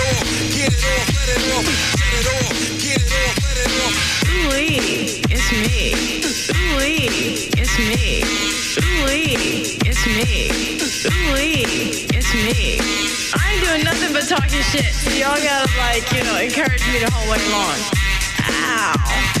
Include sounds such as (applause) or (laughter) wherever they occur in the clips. Get it off, let it off, let it off, get it off, let it off. Ooh-wee, it's me. Ooh-wee, it's me. Ooh-wee, it's me. Ooh-wee, it's me. I ain't doing nothing but talking shit. So y'all gotta like, you know, encourage me the whole way along. Ow.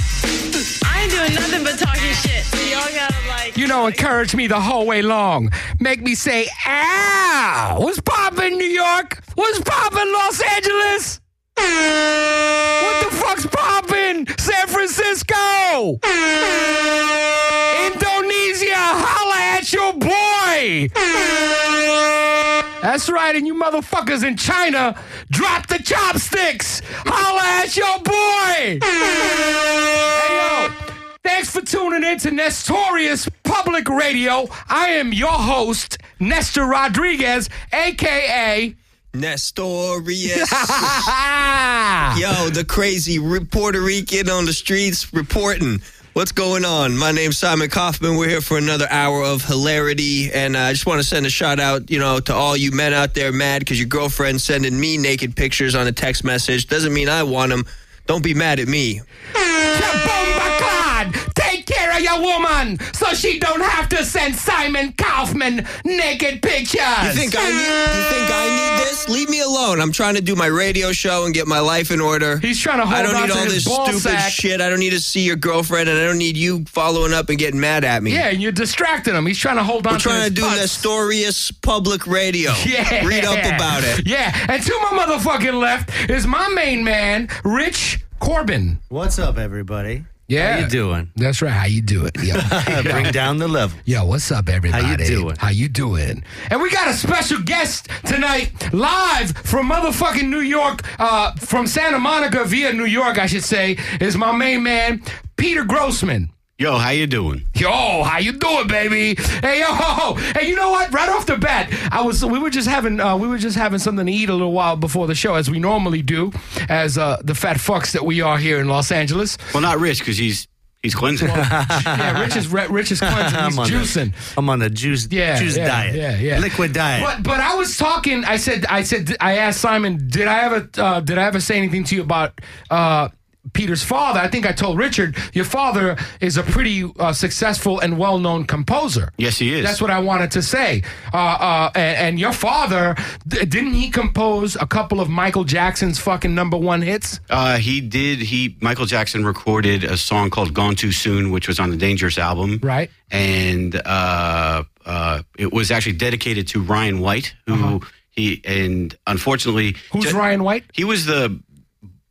I ain't doing nothing but talking shit. So y'all gotta like. You know, encourage me the whole way long. Make me say, ow! What's poppin', New York? What's poppin', Los Angeles? What the fuck's poppin', San Francisco? Indonesia, holla at your boy! That's right, and you motherfuckers in China, drop the chopsticks! Holla at your boy! Hey, yo, thanks for tuning in to Nestorius Public Radio. I am your host, Nestor Rodriguez, aka. (laughs) Nestorius. (laughs) Ah! Yo, the crazy re- Puerto Rican on the streets reporting. What's going on? My name's Simon Kaufman. We're here for another hour of hilarity, and uh, I just want to send a shout out, you know, to all you men out there mad because your girlfriend's sending me naked pictures on a text message. Doesn't mean I want them. Don't be mad at me. Kabumba God, take care of your woman so she don't have to send Simon Kaufman naked pictures. You think I need? You think I need this? Leave me alone. I'm trying to do my radio show and get my life in order. He's trying to hold I don't on need to all his this ball stupid sack. shit. I don't need to see your girlfriend, and I don't need you following up and getting mad at me. Yeah, and you're distracting him. He's trying to hold on We're trying to his do butts. Nestorius Public Radio. (laughs) Yeah. Read up about it. Yeah. And to my motherfucking left is my main man, Rich Corbin. What's up, everybody? Yeah. How you doing? That's right. How you do it? (laughs) Yeah. Bring down the level. Yo, what's up, everybody? doing? How you doing? And we got a special guest tonight, live from motherfucking New York, uh, from Santa Monica via New York, I should say, is my main man, Peter Grossman. Yo, how you doing? Yo, how you doing, baby? Hey, yo, hey, you know what? Right off the bat, I was we were just having uh, we were just having something to eat a little while before the show, as we normally do, as uh, the fat fucks that we are here in Los Angeles. Well, not Rich because he's he's (laughs) cleansing. yeah, Rich is Rich is (laughs) cleansing, he's I'm on juicing. A, I'm on a juice Yeah, juice yeah, diet. yeah, yeah. Liquid diet. But but I was talking. I said I said I asked Simon. Did I ever uh, did I ever say anything to you about uh, Peter's father? I think I told Richard your father is a pretty uh, successful and well known composer. yes, he is. That's what I wanted to say. Uh, uh, and, and your father, d- didn't he compose a couple of Michael Jackson's fucking number one hits? uh, he did. He Michael Jackson recorded a song called "Gone Too Soon," which was on the Dangerous album, Right. And uh, uh, it was actually dedicated to Ryan White, who he and unfortunately, Uh-huh. Who's ju- Ryan White? He was the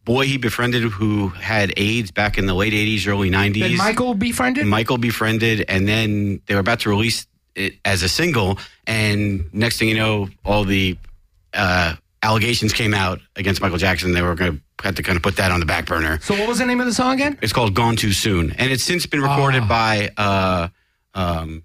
boy he befriended who had AIDS back in the late '80s, early '90s. Did Michael befriended? Michael befriended, and then they were about to release it as a single. And next thing you know, all the uh, allegations came out against Michael Jackson. They were going to had to kind of put that on the back burner. so what was the name of the song again? It's called "Gone Too Soon," and it's since been recorded Ah. by uh, um,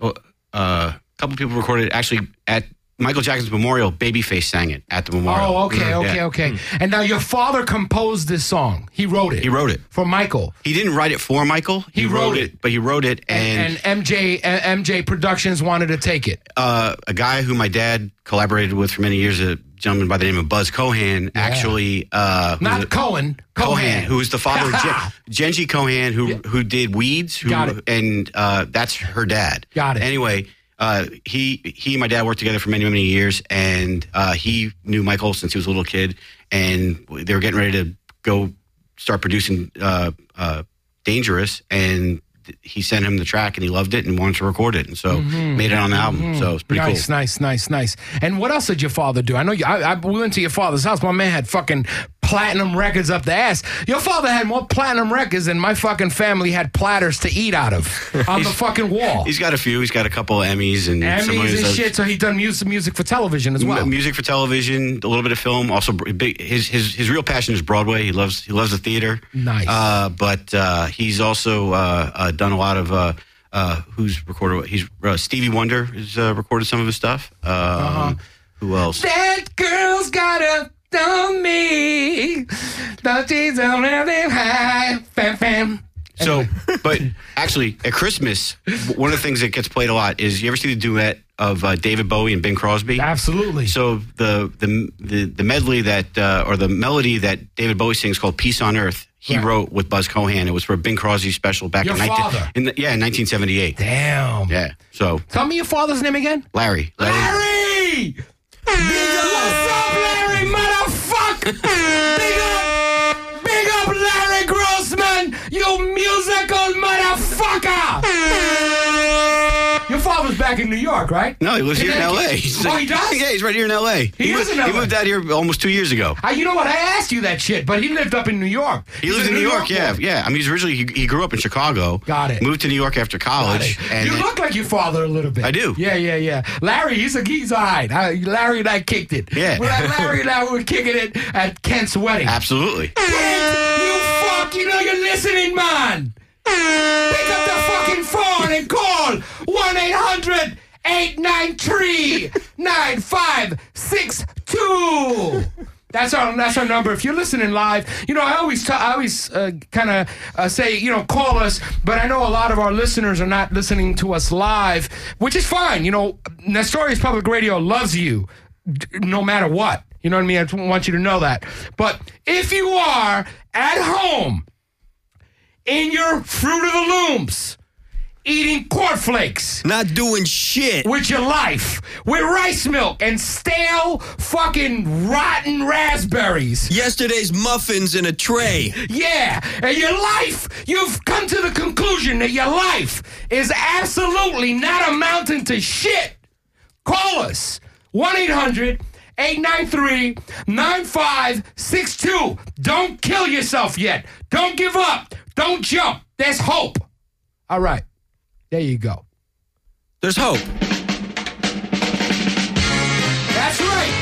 uh, a couple people recorded it actually at Michael Jackson's memorial. Babyface sang it at the memorial. Mm-hmm. Oh, okay, Mm, Yeah. okay, okay. And now your father composed this song. He wrote it. He wrote it. for Michael. He didn't write it for Michael. He wrote it. but he wrote it, and, And, MJ uh, MJ Productions wanted to take it. uh, a guy who my dad collaborated with for many years, a gentleman by the name of Buzz Cohan, actually uh, who's Not a- Cohen. Cohen. who was the (laughs) father of Gen- Genji Cohan, who who did Weeds, who, Got it. and uh, that's her dad. Got it. Anyway, uh, he he and my dad worked together for many many years, and uh, he knew Michael since he was a little kid, and they were getting ready to go start producing uh, uh, Dangerous, and he sent him the track, and he loved it, and wanted to record it, and so made it on the album. So it's pretty Mm-hmm. nice, cool. nice, nice, nice. And what else did your father do? I know you, I, I we went to your father's house. My man had fucking platinum records up the ass. Your father had more platinum records than my fucking family had platters to eat out (laughs) of on the fucking wall. He's got a few. He's got a couple Emmys and some of Emmys his and other- shit. So he done music, music for television as well. M- music for television, a little bit of film. Also, br- big, his his his real passion is Broadway. He loves he loves the theater. Nice. Uh, but uh, he's also uh, uh, done a lot of. Uh, uh, who's recorded? He's uh, Stevie Wonder has uh, recorded some of his stuff. Um, Who else? Uh-huh. That girl's got a dummy. Though she's only high. Fam, fam. (laughs) So, but actually, at Christmas, w- one of the things that gets played a lot is you ever see the duet of uh, David Bowie and Bing Crosby. Absolutely. So the the the, the medley that uh, or the melody that David Bowie sings called "Peace on Earth." He Right. wrote with Buzz Cohan. It was for a Bing Crosby special back Your in, 19, father. in the, yeah in 1978. Damn. Yeah. So Tell me your father's name again. Larry, Larry, Larry! What's up, Larry, motherfucker? big up, big up, Larry Grossman, you musical motherfucker! Your father's back in New York, right? No, he lives here in Yeah. L.A. Oh, he does? (laughs) Yeah, he's right here in L.A. He is moved, in He LA. moved out here almost two years ago. I, you know what? I asked you that shit, but he lived up in New York. He He's lives a in New York, yeah, boy. yeah. I mean, he's originally he, he grew up in Chicago. Got it. Moved to New York after college. And you then- look like your father a little bit. I do. Yeah, yeah, yeah. Larry, he's a he's all right. I, Larry and I kicked it. Yeah. Well, Larry and I were kicking it at Kent's wedding. absolutely. You fuck, you know you're listening, man. Pick up the fucking phone and call 1 800 893 9562. That's our that's our number. If you're listening live, you know I always ta- I always uh, kind of uh, say you know call us, but I know a lot of our listeners are not listening to us live, which is fine. You know, Nestorius Public Radio loves you, d- no matter what. You know what I mean? I just want you to know that. But if you are at home in your Fruit of the Looms eating cornflakes Not doing shit. with your life, with rice milk and stale fucking rotten raspberries. Yesterday's muffins in a tray. Yeah, and your life, you've come to the conclusion that your life is absolutely not amounting to shit. Call us 1 800 893 9562. Don't kill yourself yet. Don't give up. Don't jump. There's hope. All right, there you go. There's hope. That's right.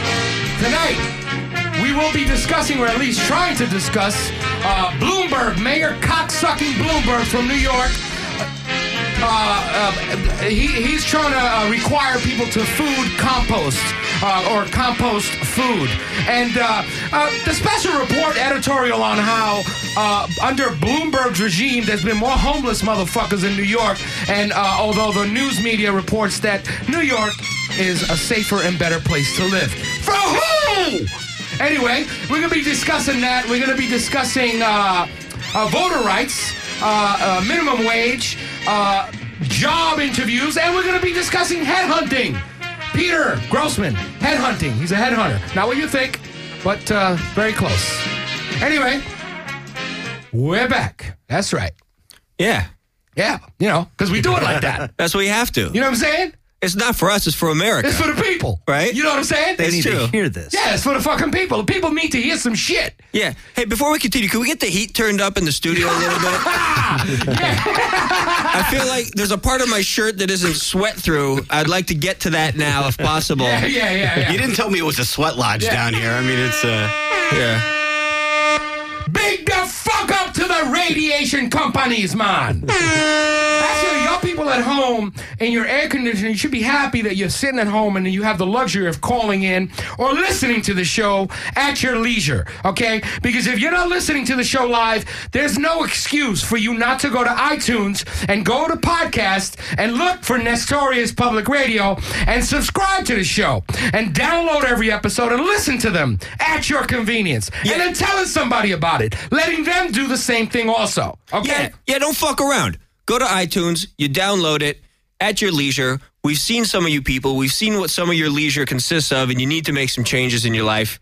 Tonight, we will be discussing, or at least trying to discuss, uh, Bloomberg, Mayor cocksucking Bloomberg from New York. Uh, uh, he, he's trying to uh, require people to food compost uh, or compost food. And uh, uh, the special report editorial on how uh, under Bloomberg's regime, there's been more homeless motherfuckers in New York. And uh, although the news media reports that New York is a safer and better place to live. For who? Anyway, we're going to be discussing that. We're going to be discussing uh, uh, voter rights, uh, uh, minimum wage, uh, job interviews, and we're going to be discussing headhunting. Peter Grossman, headhunting. He's a headhunter. Not what you think, but uh, very close. Anyway, we're back. That's right. Yeah. Yeah, you know, because we do it like that. That's what you have to. You know what I'm saying? It's not for us, it's for America. It's for the people. Right. You know what I'm saying? They It's need true. to hear this. yeah, it's for the fucking people. The people need to hear some shit. (laughs) yeah. Hey, before we continue, can we get the heat turned up in the studio a (laughs) little bit? I feel like there's a part of my shirt that isn't sweat through. I'd like to get to that now if possible. Yeah, yeah, yeah, yeah. You didn't tell me it was a sweat lodge down here. I mean, it's uh, Yeah. Big the fuck up to the radiation companies, man. Actually, y'all people at home in your air conditioning should be happy that you're sitting at home and you have the luxury of calling in or listening to the show at your leisure, okay? Because if you're not listening to the show live, there's no excuse for you not to go to iTunes and go to podcast and look for Nestorius Public Radio and subscribe to the show and download every episode and listen to them at your convenience. And then telling somebody about it, letting them do the same thing also, okay? Yeah. Yeah, don't fuck around. Go to iTunes, you download it at your leisure. We've seen some of you people. We've seen what some of your leisure consists of, and you need to make some changes in your life.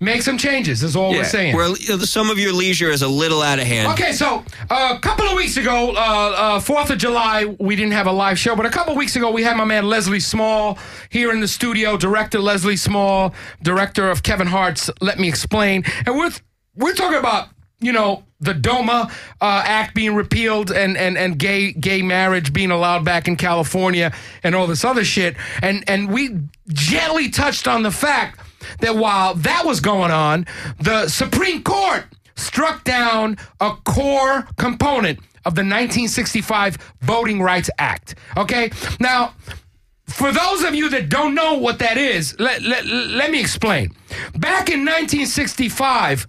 Make some changes. Is all we're saying. Where some of your leisure is a little out of hand. Okay, so uh, a couple of weeks ago, Fourth of July, we didn't have a live show, but a couple of weeks ago, we had my man Leslie Small here in the studio, director Leslie Small, director of Kevin Hart's Let Me Explain, and we're we're talking about you know the DOMA uh, Act being repealed and and and gay gay marriage being allowed back in California and all this other shit, and and we gently touched on the fact that while that was going on, the Supreme Court struck down a core component of the 1965 Voting Rights Act. Okay? Now, for those of you that don't know what that is, let, let, let me explain. Back in 1965,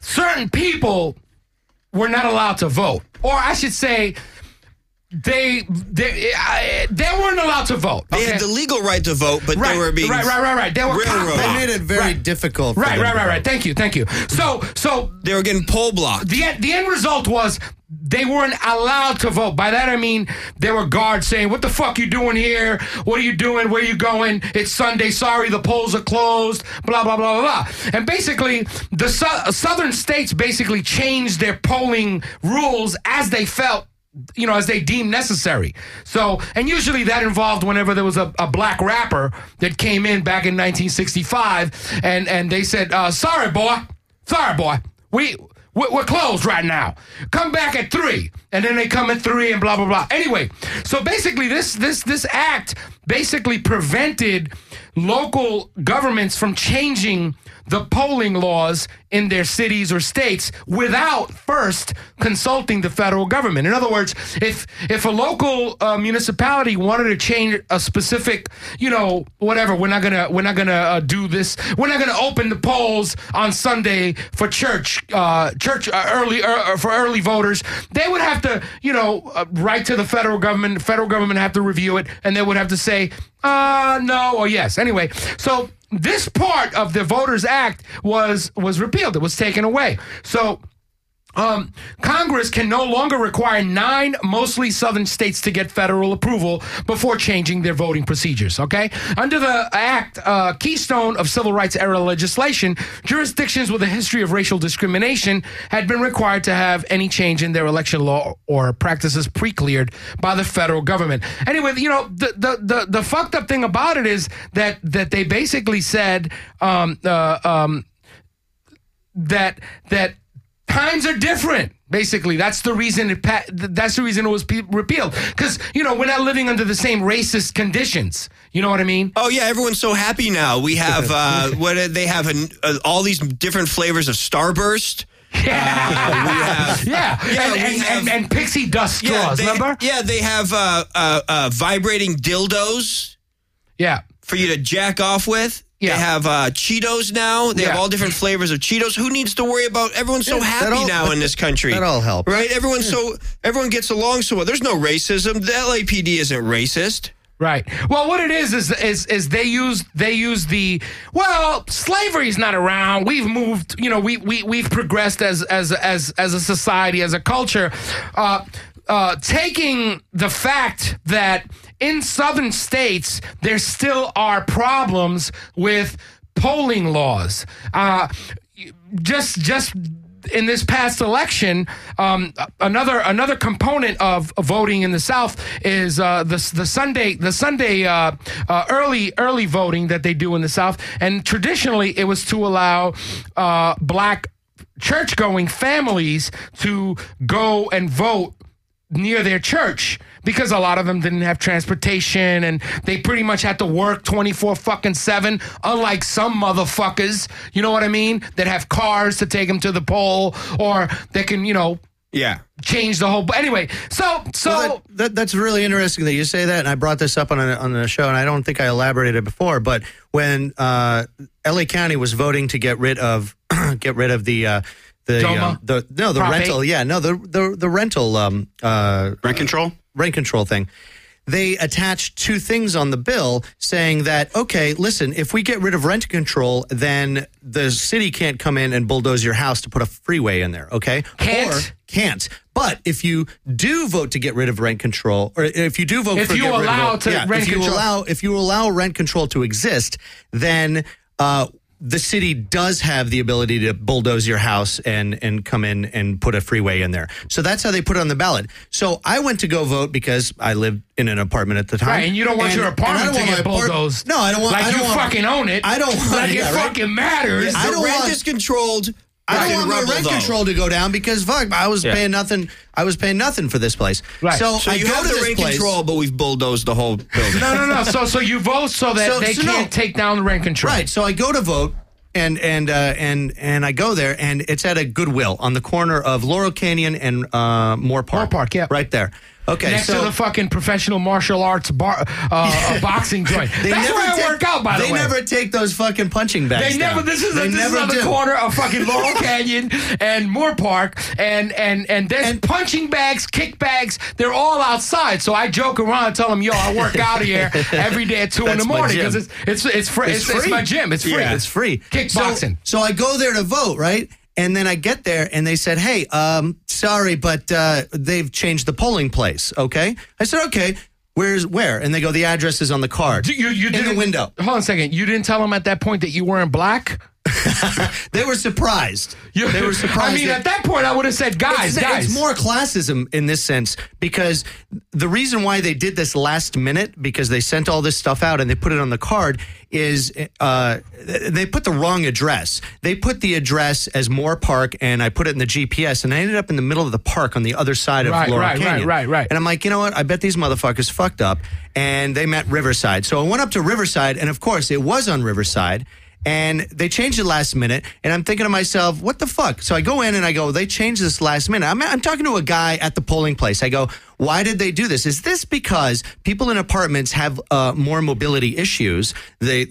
certain people were not allowed to vote. Or I should say, they, they, I, they weren't allowed allowed to vote. They okay? had the legal right to vote, but right, they were being right, right, right, right. They were railroaded. copped They out. made it very Right. difficult. (laughs) for Right, them right, to right, right. vote. Thank you, thank you. So, so They were getting poll blocked. the end, the end result was they weren't allowed to vote. By that I mean there were guards saying, "What the fuck you doing here? What are you doing? Where you going? It's Sunday. Sorry, the polls are closed." Blah blah blah blah blah. And basically, the sou- southern states basically changed their polling rules as they felt. You know, as they deemed necessary. So, and usually that involved whenever there was a, a black rapper that came in back in 1965, and and they said, uh, "Sorry, boy, Sorry, boy. We we're, we're closed right now. Come back at three, and then they come at three, and blah blah blah. Anyway, so basically, this this this act basically prevented local governments from changing the polling laws in their cities or states without first consulting the federal government. In other words, if if a local uh, municipality wanted to change a specific, you know, whatever, we're not gonna we're not gonna uh, do this. We're not gonna open the polls on Sunday for church uh, church uh, early uh, for early voters. They would have to, you know, uh, write to the federal government. The federal government have to review it, and they would have to say uh, no or yes. Anyway, so this part of the Voters Act was was repealed. It was taken away. So um, Congress can no longer require nine mostly southern states to get federal approval before changing their voting procedures. Okay? Under the act, uh, keystone of civil rights era legislation, jurisdictions with a history of racial discrimination had been required to have any change in their election law or practices pre cleared by the federal government. Anyway, you know, the, the, the, the fucked up thing about it is that, that they basically said um, uh, um, that, that, times are different. Basically, that's the reason it. Pa- th- that's the reason it was pe- repealed. Because you know we're not living under the same racist conditions. You know what I (laughs) mean? Oh yeah, everyone's so happy now. We have (laughs) uh, what uh, they have an, uh, all these different flavors of Starburst. Yeah, yeah, yeah, and, we and, have- and, and pixie dust straws. they, remember? Yeah, they have uh, uh, uh, vibrating dildos Yeah. for you to jack off with. Yeah. They have uh, Cheetos now. They have Yeah. all different flavors of Cheetos. Who needs to worry about? Everyone's so Yeah, that happy all- now in this country. that all helps. right? Everyone's so everyone gets along so well. There's no racism. The LAPD isn't racist. Right. Well, what it is is is is they use they use the well slavery's not around. We've moved. You know, we we we've progressed as as as as a society as a culture. Uh, uh, taking the fact that in southern states there still are problems with polling laws. Uh, just just in this past election, um, another another component of voting in the South is uh, the the Sunday the Sunday uh, uh, early early voting that they do in the South, and traditionally it was to allow uh, black church going families to go and vote near their church because a lot of them didn't have transportation and they pretty much had to work 24 fucking 7 unlike some motherfuckers you know what i mean that have cars to take them to the poll or they can you know Yeah. change the whole but anyway so so Well, that, that, that's really interesting that you say that, and I brought this up on a, on a show, and I don't think I elaborated before. But when uh, L.A. County was voting to get rid of (clears throat) get rid of the uh, the, DOMA? um, the no the Prop rental, yeah, no the the the rental um, uh, Rent control? rent control thing. They attached two things on the bill saying that, okay, listen, if we get rid of rent control, then the city can't come in and bulldoze your house to put a freeway in there, okay? Can't. Or can't. But if you do vote to get rid of rent control, or if you do vote If for you get rid of allow it- to rent if you control. allow if you allow rent control to exist, then uh, the city does have the ability to bulldoze your house and and come in and put a freeway in there. So that's how they put it on the ballot. So I went to go vote because I lived in an apartment at the time. Right, and you don't want your and I apartment don't to want get my apart- bulldozed. No, I don't want. like I don't you want- fucking own it. I don't want. like it yeah, right? fucking matters. I The don't rent want- is controlled. I It's don't in want my rubble, rent though. control to go down because fuck, I was paying nothing. I was paying nothing for this place. Right. So, So I you go have to the this rent place. control, but we've bulldozed the whole (laughs) building. no, no, no. So, so you vote so that So- they so no. can't take down the rent control. Right. So I go to vote. And and uh, and and I go there, and it's at a Goodwill on the corner of Laurel Canyon and uh, Moore Park. Moore Park, yeah. right there. Okay, next so- to the fucking professional martial arts bar, (laughs) uh, boxing joint. That's where I work out, by they the way. never take those fucking punching bags. They never. down. This is a, They this is never on the do. corner of fucking (laughs) Laurel Canyon and Moore Park, and and and there's punching bags, kick bags. They're all outside. So I joke around, and tell them, "Yo, I work out (laughs) here every day at two in the That's my morning gym. because it's it's it's, fr- it's, It's it's free. my gym. It's free. Yeah, it's free. Kickboxing. So, so I go there to vote, right? And then I get there and they said, hey, um, sorry, but uh, they've changed the polling place, okay? I said, okay, where's where? And they go, the address is on the card. Do you, you in the didn't- window. Hold on a second. You didn't tell them at that point that you weren't black. They were surprised. You, they were (laughs) I surprised. mean, that- at that point, I would have said, "Guys, it's, guys." it's more classism in this sense because the reason why they did this last minute because they sent all this stuff out and they put it on the card is uh, th- they put the wrong address. They put the address as Moore Park and I put it in the GPS and I ended up in the middle of the park on the other side of Right, Laurel right, right, Canyon. right, right. And I'm like, you know what? I bet these motherfuckers fucked up and they met Riverside. So I went up to Riverside and of course it was on Riverside. And they changed it last minute. And I'm thinking to myself, what the fuck? So I go in and I go, they changed this last minute. I'm, I'm talking to a guy at the polling place. I go, why did they do this? Is this because people in apartments have uh, more mobility issues? They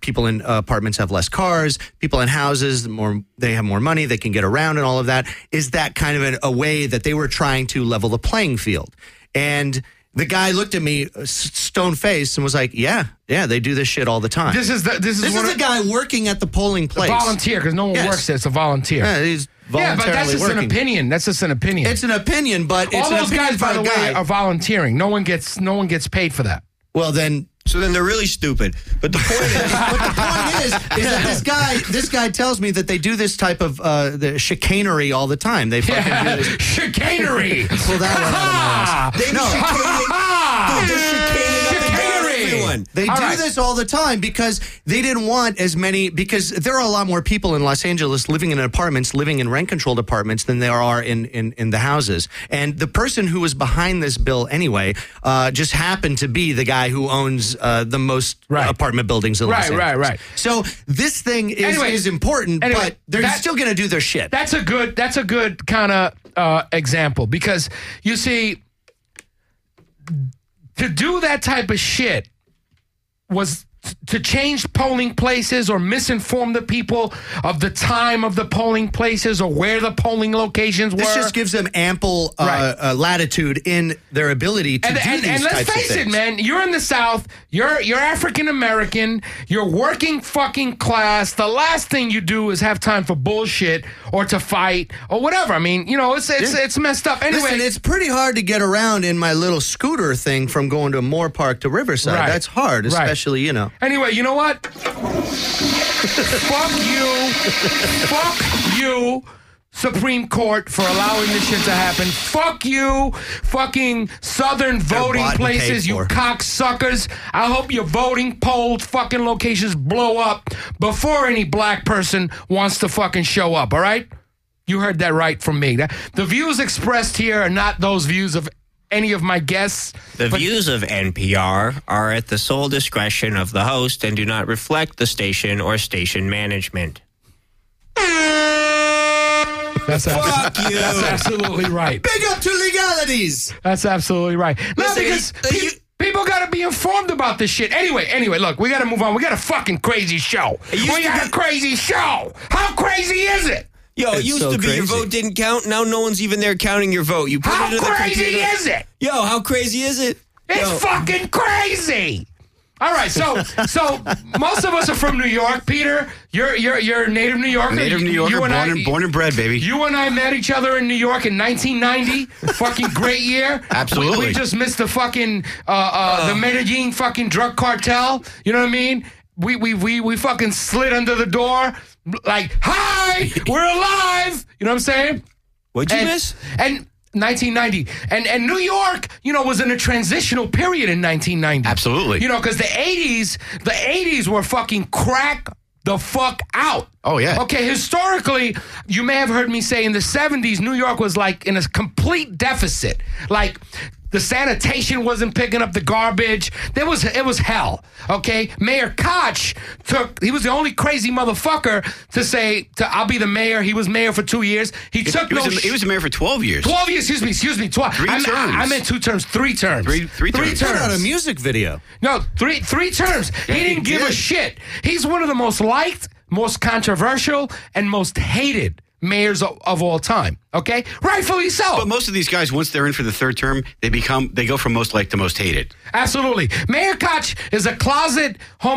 people in uh, apartments have less cars. People in houses more they have more money. They can get around and all of that. Is that kind of an, a way that they were trying to level the playing field? And the guy looked at me uh, s- stone faced and was like, "Yeah, yeah, they do this shit all the time." this is the this is This one is of, a guy working at the polling place. volunteer because no one Yes. works there. It's a volunteer. Yeah, he's Yeah, but voluntarily that's just an working. opinion. That's just an opinion. It's an opinion, but it's All an those opinion guys, by for the a way, guy. are volunteering. No one gets no one gets paid for that. well, then So then they're really stupid. But the point (laughs) is, but the point is, is that this guy, this guy tells me that they do this type of uh, the chicanery all the time. They fucking (laughs) do this. (laughs) Chicanery. (laughs) Ah! Pull that one out of my ass. they No. chicaning, they're chicaning up and down Chicanery. everyone. They All do right. this all the time because they didn't want as many because there are a lot more people in Los Angeles living in apartments, living in rent controlled apartments than there are in, in in the houses. And the person who was behind this bill anyway uh, just happened to be the guy who owns uh, the most Right. apartment buildings in Los Right, Angeles. right, right. So this thing is Anyway, is important, anyway, but they're that- still going to do their shit. That's a good that's a good kind of uh, example because you see to do that type of shit was t- to change polling places or misinform the people of the time of the polling places or where the polling locations were. This just gives them ample uh, Right. uh, latitude in their ability to and, do and, these and let's types face of it, things. man. You're in the South. You're you're African American. You're working fucking class. The last thing you do is have time for bullshit or to fight or whatever. I mean, you know, it's it's it's messed up. Anyway, Listen, it's pretty hard to get around in my little scooter thing from going to Moore Park to Riverside. Right. That's hard, Right. especially you know. Anyway, you know what? Fuck you. Fuck you. Supreme Court for allowing this shit to happen. Fuck you, fucking Southern voting bought and paid places, you for. cocksuckers. I hope your voting polled fucking locations blow up before any black person wants to fucking show up, all right? You heard that right from me. That- The views expressed here are not those views of any of my guests. The views of NPR are at the sole discretion of the host and do not reflect the station or station management. That's, abs- Fuck you. that's absolutely right. Big up to legalities. That's absolutely right. No, Listen, because you- pe- you- people got to be informed about this shit. Anyway, anyway, look, we got to move on. We got a fucking crazy show. We used to got be- a crazy show. How crazy is it? Yo, it It's used so to be your crazy. vote didn't count. Now no one's even there counting your vote. You put How it in the crazy computer. is it? Yo, how crazy is it? It's Yo, fucking crazy. All right, so so most of us are from New York, Peter. You're you're you're a native New Yorker. Native New Yorker, born, I- and, born and bred, baby. You and I met each other in New York in (laughs) 1990. fucking great year. Absolutely. We, we just missed the fucking uh, uh, the Medellin fucking drug cartel. You know what I mean? We we we we fucking slid under the door like, "Hi, we're alive." You know what I'm saying? what'd you and, miss? And 1990, and and New York, you know, was in a transitional period in 1990. Absolutely. You know, because the 80s, the 80s were fucking crack the fuck out. Oh, yeah. Okay, historically, you may have heard me say in the 70s, New York was like in a complete deficit, like. The sanitation wasn't picking up the garbage. There was it was hell. Okay, Mayor Koch took. He was the only crazy motherfucker to say, to, "I'll be the mayor." He was mayor for two years. He took He no. was, a, sh- he was a mayor for 12 years. 12 years, excuse me, excuse me, 12. Three I, meant- terms. I meant two terms, three terms. Three- three terms. Put out a music video. No, three three terms. Yeah, he he didn't give a did. shit. He's one of the most liked, most controversial, and most hated mayors of, of all time. Okay, rightfully so. But most of these guys, once they're in for the third term, they become they go from most liked to most hated. Absolutely. Mayor Koch is a closet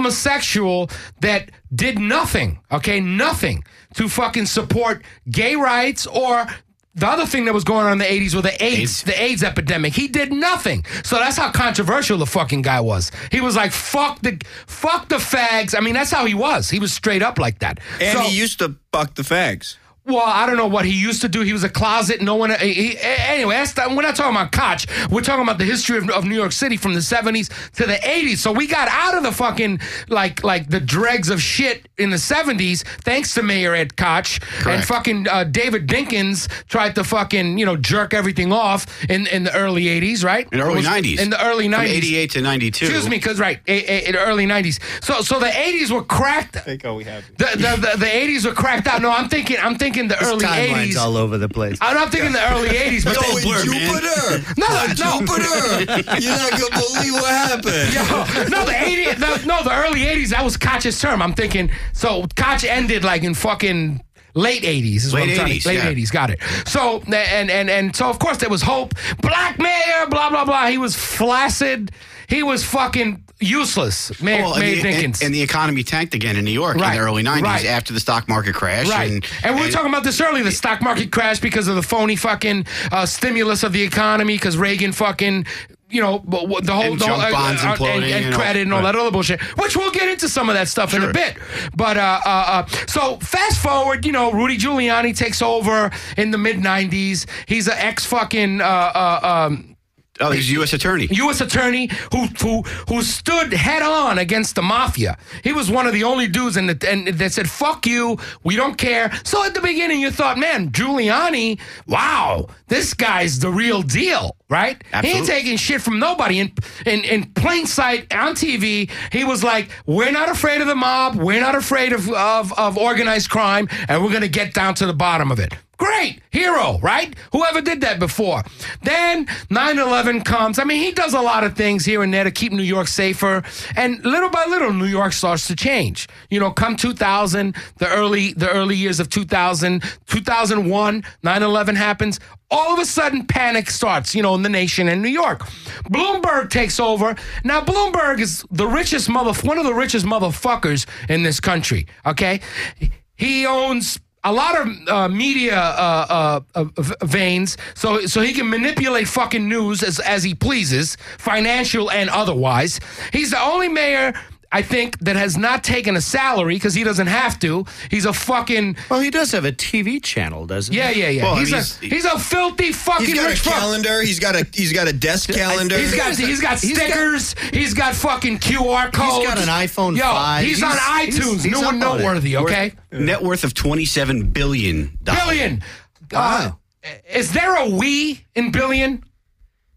homosexual that did nothing, okay, nothing to fucking support gay rights or the other thing that was going on in the 80s with the AIDS, AIDS. the AIDS epidemic. He did nothing. So that's how controversial the fucking guy was. He was like, fuck the fuck the fags. I mean, that's how he was. He was straight up like that. And So- he used to fuck the fags. well, I don't know what he used to do. He was a closet. No one. He, he- anyway, that's not, we're not talking about Koch. We're talking about the history of, of New York City from the '70s to the '80s. So we got out of the fucking like like the dregs of shit in the '70s thanks to Mayor Ed Koch and fucking uh, David Dinkins tried to fucking you know jerk everything off in in the early '80s, right? In the Was- early 90s. In the early From '90s. 88 to 92. Excuse me, because right, a, a, in the early '90s. So, so the '80s were cracked. The, the, the, the '80s were cracked out. No, I'm thinking, I'm thinking the early Timelines '80s. all over the place. I'm not thinking the (laughs) early '80s, Oh, but Yo, the- in Jupiter. No, On no. (laughs) Jupiter. You're not gonna believe what happened. no, (laughs) the '80s. The, no, the early '80s. That was Koch's term. I'm thinking. So Koch ended like in fucking. Late 80s is what Late I'm trying 80s, to, late yeah. 80s, got it. So and and and so of course there was hope. Black mayor, blah blah blah. He was flaccid. He was fucking useless. Mayor, Well, mayor and, the, and, Dinkins. and the economy tanked again in New York Right, in the early 90s right. after the stock market crash. Right. And, And, we were talking about this earlier the stock market crash because of the phony fucking uh, stimulus of the economy because Reagan fucking. You know w- w- the whole, And the whole uh, junk bonds and, imploding and and all- credit and all right. that other bullshit, which we'll get into some of that stuff in a bit. But uh, uh, uh, so fast forward, you know, Rudy Giuliani takes over in the mid '90s. He's an ex fucking uh, uh, um, oh, he's U.S. attorney. U.S. attorney who who who stood head on against the mafia. He was one of the only dudes in the and that said, "Fuck you, we don't care." So at the beginning, you thought, "Man, Giuliani, wow, this guy's the real deal, right?" He ain't Absolutely. taking shit from nobody. In in in plain sight on TV, he was like, "We're not afraid of the mob. We're not afraid of of, of organized crime, and we're gonna get down to the bottom of it." Great hero, right? Whoever did that before. Then 9 11 comes. I mean, he does a lot of things here and there to keep New York safer. And little by little, New York starts to change. You know, come 2000, the early, the early years of 2000, 2001, 9 11 happens. All of a sudden, panic starts, you know, in the nation and New York. Bloomberg takes over. Now, Bloomberg is the richest mother, one of the richest motherfuckers in this country, okay? He owns a lot of uh, media uh, uh, uh, v- veins, so so he can manipulate fucking news as as he pleases, financial and otherwise. He's the only mayor. I think that has not taken a salary because he doesn't have to. He's a fucking Well, he does have a TV channel, doesn't he? yeah, yeah, yeah. Well, he's, I mean, a he's- he's a filthy fucking He's got a rich fuck. calendar. He's got a he's got a desk calendar. He's got he's got stickers. he's got fucking QR codes. got an iPhone Yo, 5. He's, on He's- he's- iTunes. he's New up and on it. noteworthy. Okay, Net worth of $27 billion. Oh. billion. Uh, Wow. is there a we in billion?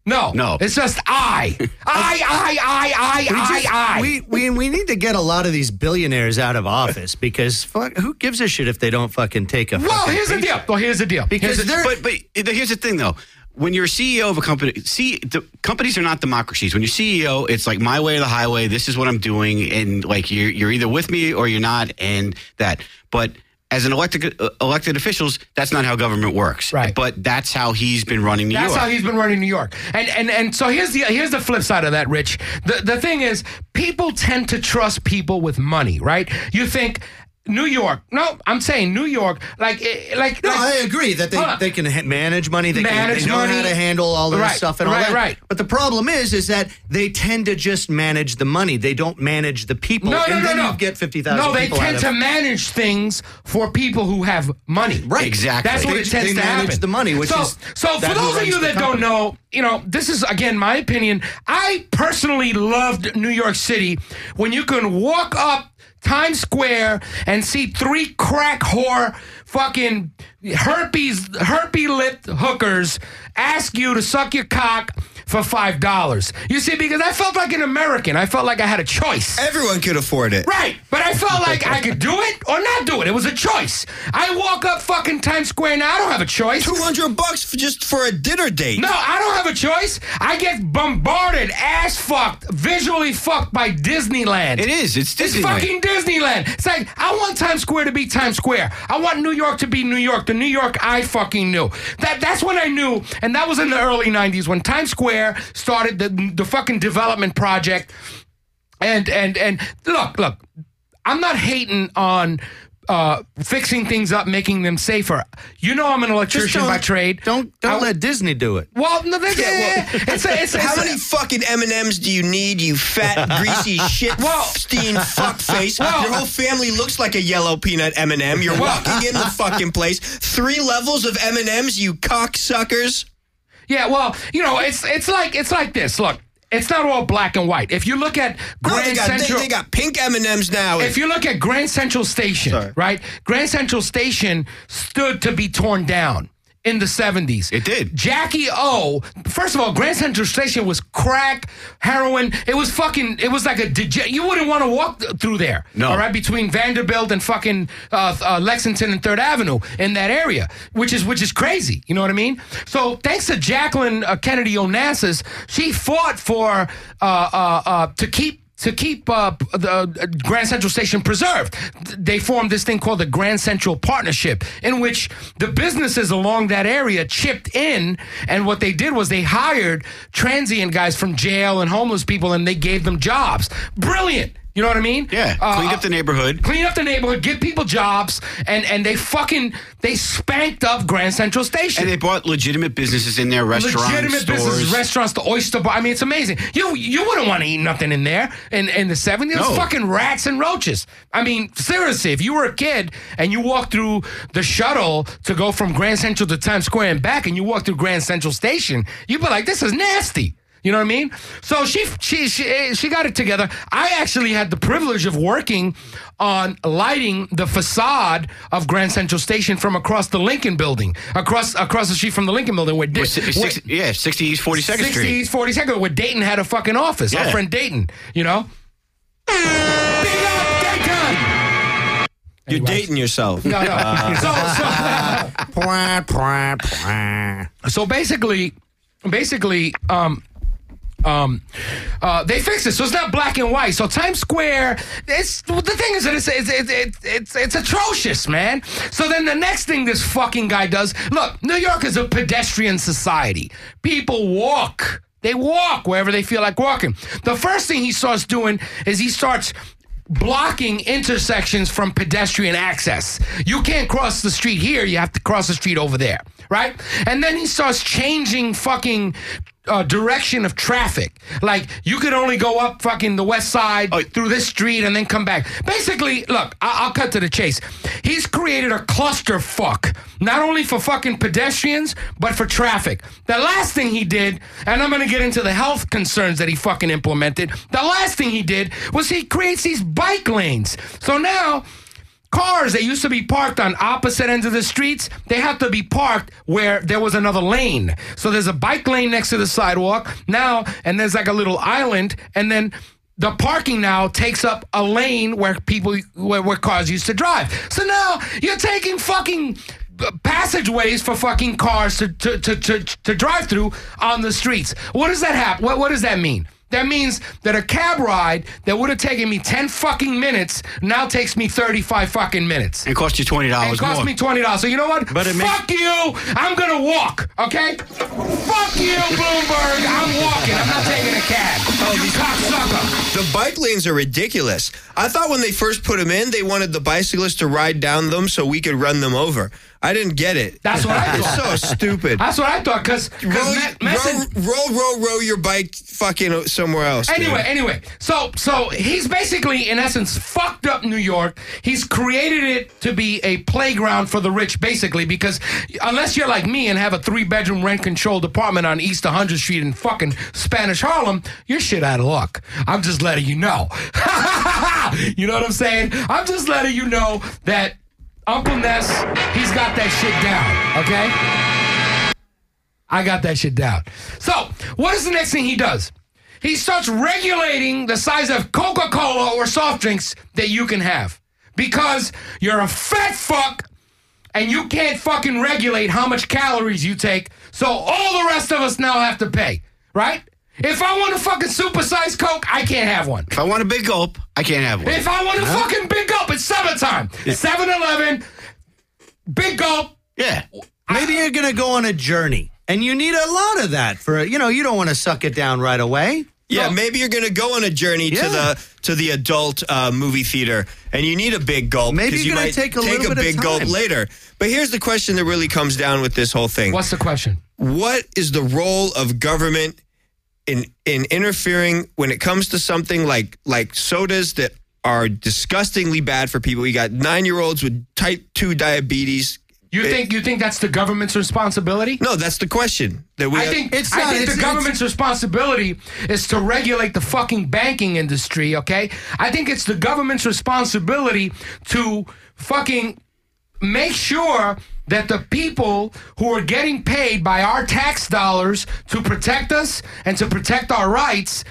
No, No. It's just I, (laughs) I, I, I, I, We I, just- I. We, we, we need to get a lot of these billionaires out of office because fuck, who gives a shit if they don't fucking take a well, fucking here's the deal. Well, here's the deal. Because Here's the- they're- But but here's the thing though. When you're a CEO of a company, see the companies are not democracies. When you're CEO, it's like my way or the highway. This is what I'm doing, and like you're you're either with me or you're not, and that. But as an elected uh, elected officials, that's not how government works. Right. But that's how he's been running New That's York. how he's been running New York. And and and so here's the here's the flip side of that, Rich. The the thing is, people tend to trust people with money, right? You think New York? No, I'm saying New York. Like eh, like No, like- I agree that they, Hold on. they can ha- manage money. They Manage can they know money. how to handle all of Right, this stuff and all right, that. right. But the problem is, is that they tend to just manage the money. They don't manage the people. No, no, and no, then no. you get fifty thousand. No, they tend to manage things for people who have money. Right. Exactly. That's what They- it tends they to manage happen. the money, which so, is- so for that who those of runs you the that don't company. know, you know, this is again my opinion. I personally loved New York City when you can walk up Times Square and see three crack whore fucking herpes herpy lipped hookers ask you to suck your cock for five dollars. You see, because I felt like an American. I felt like I had a choice. Everyone could afford it. Right, but I felt like I could do it or not do it. It was a choice. I walk up fucking Times Square now. I don't have a choice. Two hundred bucks for just for a dinner date. No, I don't have a choice. I get bombarded, ass fucked, visually fucked by Disneyland. It is. It's It's Disneyland. fucking Disneyland. It's like I want Times Square to be Times Square. I want New York to be New York. The New York I fucking knew. That that's when I knew, and that was in the early '90s when Times Square started the the fucking development project. And and and look, look, I'm not hating on. Uh, fixing things up, making them safer. You know, I'm an electrician by trade. Don't don't I- let Disney (laughs) do it. Well, no, that's, yeah, well, (laughs) it's a, it's a, How it's a- many fucking M and M's do you need, you (laughs) fat, greasy shit, Well- steen (laughs) fuck face? Well- Your whole family looks like a yellow peanut M and m and You're walking in the fucking place. Three levels of M and M's, you cocksuckers. Yeah, well, you know, it's it's like it's like this. Look, it's not all black and white. If you look at No, Grand they, got, they- Central, they got pink M and M's now. if you look at Grand Central Station, right? Grand Central Station stood to be torn down in the 70s. It did. Jackie O, first of all, Grand Central Station was crack, heroin. It was fucking, it was like a, dege- you wouldn't want to walk th- through there. No. All right, between Vanderbilt and fucking uh, uh, Lexington and Third Avenue in that area, which is which is crazy. You know what I mean? So thanks to Jacqueline uh, Kennedy Onassis, she fought for uh, uh, uh, to keep to keep uh, p- the uh, Grand Central Station preserved. Th- They formed this thing called the Grand Central Partnership, in which the businesses along that area chipped in. And what they did was they hired transient guys from jail and homeless people, and they gave them jobs. Brilliant. You know what I mean? Yeah, Uh, cleaned up the neighborhood. clean up the neighborhood, give people jobs, and and they fucking they spanked up Grand Central Station. And they bought legitimate businesses in there, restaurants, Legitimate stores. businesses, restaurants, the oyster bar. I mean, it's amazing. You you wouldn't want to eat nothing in there in, in the 70s. It was No. fucking rats and roaches. I mean, seriously, if you were a kid and you walked through the shuttle to go from Grand Central to Times Square and back and you walked through Grand Central Station, you'd be like, this is nasty. You know what I mean? So she she she eh, she got it together. I actually had the privilege of working on lighting the facade of Grand Central Station from across the Lincoln Building, across across the street from the Lincoln Building, where, Di- Or si- where- six- yeah, 60 East 42nd Street. 60s, 40 seconds, where Dayton had a fucking office. Our Yeah. friend Dayton, you know? Big up Dayton! You're dating yourself. No, no. (laughs) so, Pwah, pwah, pwah. so, so basically, basically, um, um, uh, they fixed it, so it's not black and white. So Times Square, it's the thing is that it's it's it's it's, it's, it's atrocious, man. So then the next thing this fucking guy does, look, New York is a pedestrian society. People walk, they walk wherever they feel like walking. The first thing he starts doing is he starts. Blocking intersections from pedestrian access. You can't cross the street here, you have to cross the street over there, right? And then he starts changing fucking uh, direction of traffic. Like you could only go up fucking the west side through this street and then come back. Basically, look, I- I'll cut to the chase. He's created a clusterfuck, not only for fucking pedestrians but for traffic. The last thing he did, and I'm gonna get into the health concerns that he fucking implemented. The last thing he did was he creates these bike lanes. So now cars that used to be parked on opposite ends of the streets, they have to be parked where there was another lane. So there's a bike lane next to the sidewalk now, and there's like a little island, and then the parking now takes up a lane where people where, where cars used to drive. So now you're taking fucking uh, passageways for fucking cars to to, to, to, to drive through on the streets. What does that happen? What what does that mean? That means that a cab ride that would have taken me 10 fucking minutes now takes me 35 fucking minutes. And it cost you $20 It cost more. me twenty dollars. So you know what? But it makes- Fuck you! I'm gonna walk. Okay? Fuck you, Bloomberg! I'm walking. I'm not taking a cab. Oh, you cocksucker! The bike lanes are ridiculous. I thought when they first put them in, they wanted the bicyclists to ride down them so we could run them over. I didn't get it. That's what (laughs) I It's thought. so stupid. That's what I thought. Cause, 'cause roll, Ma- Mason- roll, roll, roll, roll your bike fucking somewhere else. dude. Anyway, anyway, so so he's basically in essence fucked up New York. He's created it to be a playground for the rich, basically, because unless you're like me and have a three bedroom rent controlled apartment on East 100th Street in fucking Spanish Harlem, you're shit out of luck. I'm just letting you know. (laughs) you know what I'm saying? I'm just letting you know that Uncle Ness, he's got that shit down. Okay. I got that shit down. So, what is the next thing he does? He starts regulating the size of Coca Cola or soft drinks that you can have because you're a fat fuck and you can't fucking regulate how much calories you take. So, all the rest of us now have to pay, right? If I want a fucking supersized Coke, I can't have one. If I want a big gulp, I can't have one. If I want to fucking big gulp, it's summertime. 7 Eleven, big gulp. yeah. Maybe you're going to go on a journey and you need a lot of that for, you know, you don't want to suck it down right away. Yeah, maybe you're going to go on a journey to Yeah. the to the adult uh, movie theater, and you need a big gulp. Maybe 'cause you're gonna might take a little bit of big gulp time. later. But here's the question that really comes down with this whole thing: What's the question? What is the role of government in in interfering when it comes to something like like sodas that are disgustingly bad for people? You got nine year olds with type two diabetes. You It- think you think that's the government's responsibility? No, that's the question that we. I think it's I not- think it's- the it's- government's responsibility is to regulate the fucking banking industry, okay? I think it's the government's responsibility to fucking make sure that the people who are getting paid by our tax dollars to protect us and to protect our rights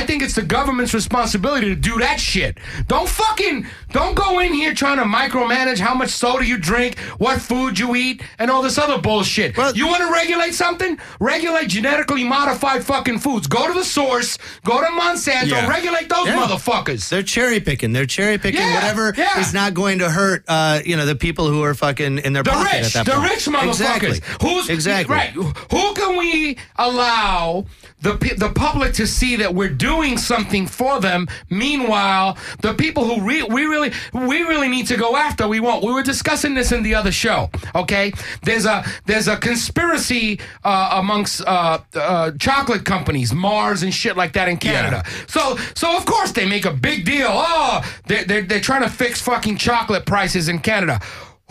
I think it's the government's responsibility to do that shit. Don't fucking don't go in here trying to micromanage how much soda you drink, what food you eat, and all this other bullshit. you want to regulate something? Regulate genetically modified fucking foods. Go to the source. Go to Monsanto. Yeah. Regulate those Yeah. motherfuckers. They're cherry picking. They're cherry picking Yeah, whatever yeah. is not going to hurt, uh, you know, the people who are fucking in their The pocket rich, at that the point. rich motherfuckers. Exactly. Who's exactly right? Who can we allow the pe- the public to see that we're doing something for them? Meanwhile, the people who re- we really we really need to go after, we won't. We were discussing this in the other show. Okay, there's a there's a conspiracy uh, amongst uh, uh, chocolate companies, Mars and shit like that in Canada. So so of course they make a big deal. Oh, they're, they're they're trying to fix fucking chocolate prices in Canada.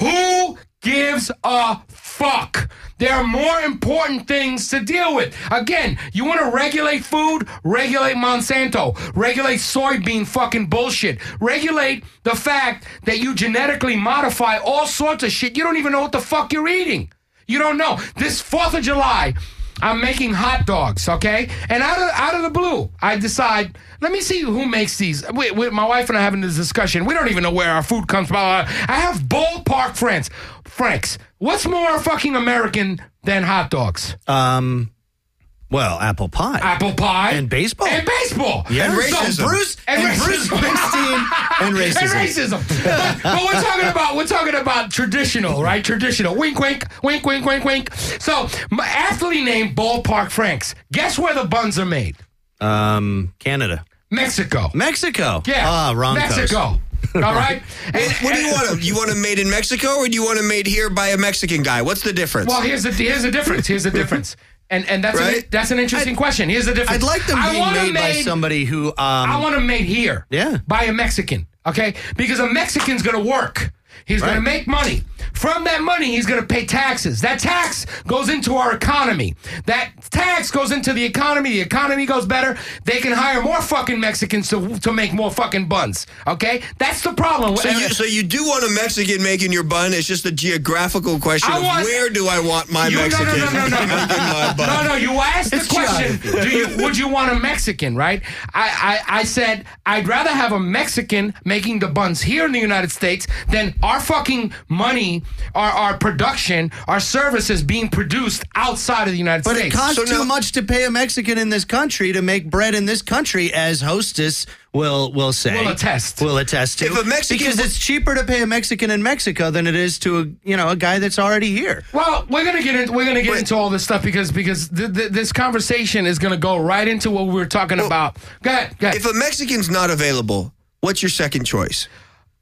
Who gives a fuck? There are more important things to deal with. Again, you want to regulate food? Regulate Monsanto. Regulate soybean fucking bullshit. Regulate the fact that you genetically modify all sorts of shit. You don't even know what the fuck you're eating. You don't know. This 4th of July, I'm making hot dogs, okay? And out of out of the blue, I decide, let me see who makes these. Wait, wait, my wife and I having this discussion. We don't even know where our food comes from. I have ballpark friends. Franks, what's more fucking American than hot dogs? Um, well, apple pie. Apple pie. and baseball. And baseball. Yeah. And So racism. Bruce And and, Bruce racism. (laughs) Springsteen and racism. And racism. (laughs) but, but we're talking about we're talking about traditional, right? Traditional. Wink, wink, wink, wink, wink, wink. So, my aptly named Ballpark Franks. Guess where the buns are made? Um, Canada, Mexico. Mexico. yeah. Ah, wrong coast. Mexico. All (laughs) right. And- What do you and- want 'em? You want them made in Mexico, or do you want them made here by a Mexican guy? What's the difference? Well, here's the here's the difference. Here's the difference. And and that's an, Right? that's an interesting question. Here's the difference. I'd like them I being want 'em made, by somebody who. Um, I want them made here. Yeah. By a Mexican. Okay? Because a Mexican's gonna work. He's gonna make money. From that money, he's gonna pay taxes. That tax goes into our economy. That tax goes into the economy. The economy goes better. They can hire more fucking Mexicans to, to make more fucking buns. Okay? That's the problem. So you, so you do want a Mexican making your bun? It's just a geographical question. I of want- where do I want my You- no, no, no, Mexican? no, no, (laughs) no, making my bun? No, no, you asked the question. Do you would you want a Mexican, right? I, I I said I'd rather have a Mexican making the buns here in the United States than our fucking money, our our production, our services being produced outside of the United but it States. costs So too now- much to pay a Mexican in this country to make bread in this country, as hostess will will say. Will attest. Will attest to. If a Mexican because wa- it's cheaper to pay a Mexican in Mexico than it is to a you know a guy that's already here. Well, we're gonna get into we're gonna get into all this stuff because because th- th- this conversation is gonna go right into what we were talking about. Go ahead, go ahead. If a Mexican's not available, what's your second choice?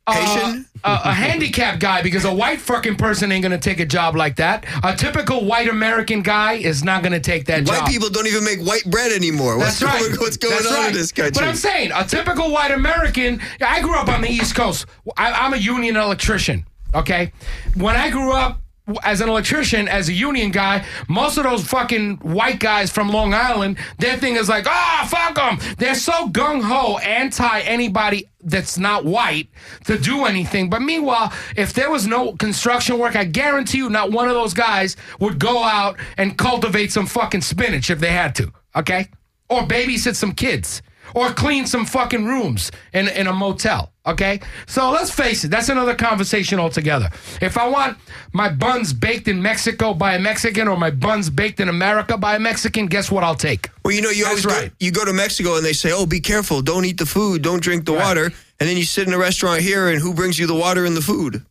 Uh, Haitian? a, a handicapped guy because a white fucking person ain't gonna take a job like that. A typical white American guy is not gonna take that white job. people don't even make white bread anymore. That's (laughs) what's, right. going- What's going That's on right. in this country? But I'm saying a typical white American. I grew up on the East Coast. I, I'm a union electrician. Okay, when I grew up. as an electrician, as a union guy, most of those fucking white guys from Long Island, their thing is like, ah, fuck them. They're so gung ho anti anybody that's not white to do anything. But meanwhile, if there was no construction work, I guarantee you not one of those guys would go out and cultivate some fucking spinach if they had to, okay? Or babysit some kids or clean some fucking rooms in, in a motel. Okay? So let's face it, that's another conversation altogether. If I want my buns baked in Mexico by a Mexican or my buns baked in America by a Mexican, guess what I'll take? Well, you know, you That's always go- right. you go to Mexico and they say, "Oh, be careful! Don't eat the food. Don't drink the water." And then you sit in a restaurant here, and who brings you the water and (laughs) the food?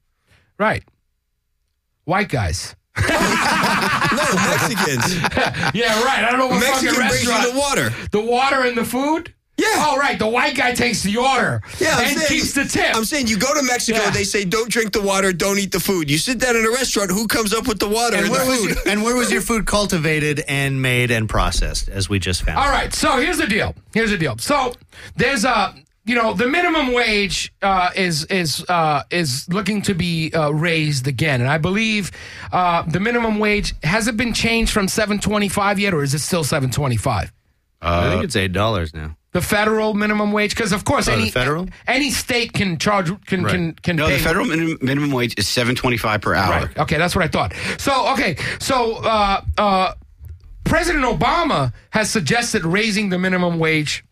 Right. White guys. No, Mexicans. (laughs) Yeah, right. I don't know what Mexican fucking brings restaurant. you the water. the water and the food? Yeah. All right. The white guy takes the order Yeah, I'm and saying, keeps the tip. I'm saying you go to Mexico, Yeah. (laughs) they say don't drink the water, don't eat the food. You sit down in a restaurant, who comes up with the water and, And where, the was food? your, and where was your food cultivated and made and processed, as we just found? All right. So here's the deal. Here's the deal. So there's a you know the minimum wage uh, is is uh, is looking to be uh, raised again, and I believe uh, the minimum wage has it been changed from seven twenty five yet, or is it still seven twenty five? I think it's eight dollars now. The federal minimum wage, because of course Oh, the any federal? any state can charge can can can No, pay. the federal minimum, minimum wage is seven twenty five per hour. Right. Okay, that's what I thought. So, okay, so uh, uh, President Obama has suggested raising the minimum wage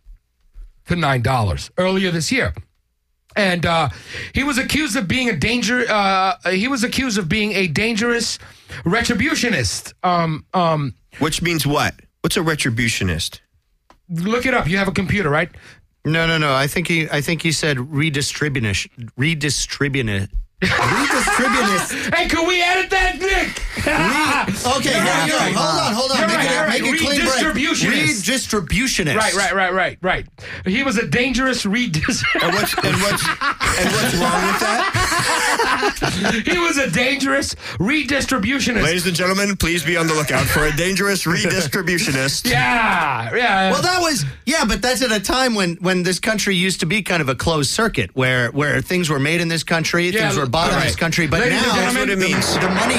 to nine dollars earlier this year, and uh, he was accused of being a danger. Uh, he was accused of being a dangerous retributionist. Um, um, Which means what? What's a retributionist? look it up. You have a computer, right? No, no, no. I think he. I think he said redistribution. Redistribution. Redistributionist. (laughs) Hey, can we edit that, Nick? Okay, You're yeah, right, you're no, right. hold on, hold on. You're make right, it, you're right. make it clean break. Redistributionist. Redistributionist. Right, right, right, right, right. He was a dangerous redis. And what's and what's and what's wrong with that? (laughs) he was a dangerous redistributionist. Ladies and gentlemen, please be on the lookout for a dangerous redistributionist. Yeah, yeah. Well, that was yeah, but that's at a time when when this country used to be kind of a closed circuit, where where things were made in this country, Yeah, things were bought all in right. this country, but Ladies and now gentlemen, the- means. the money.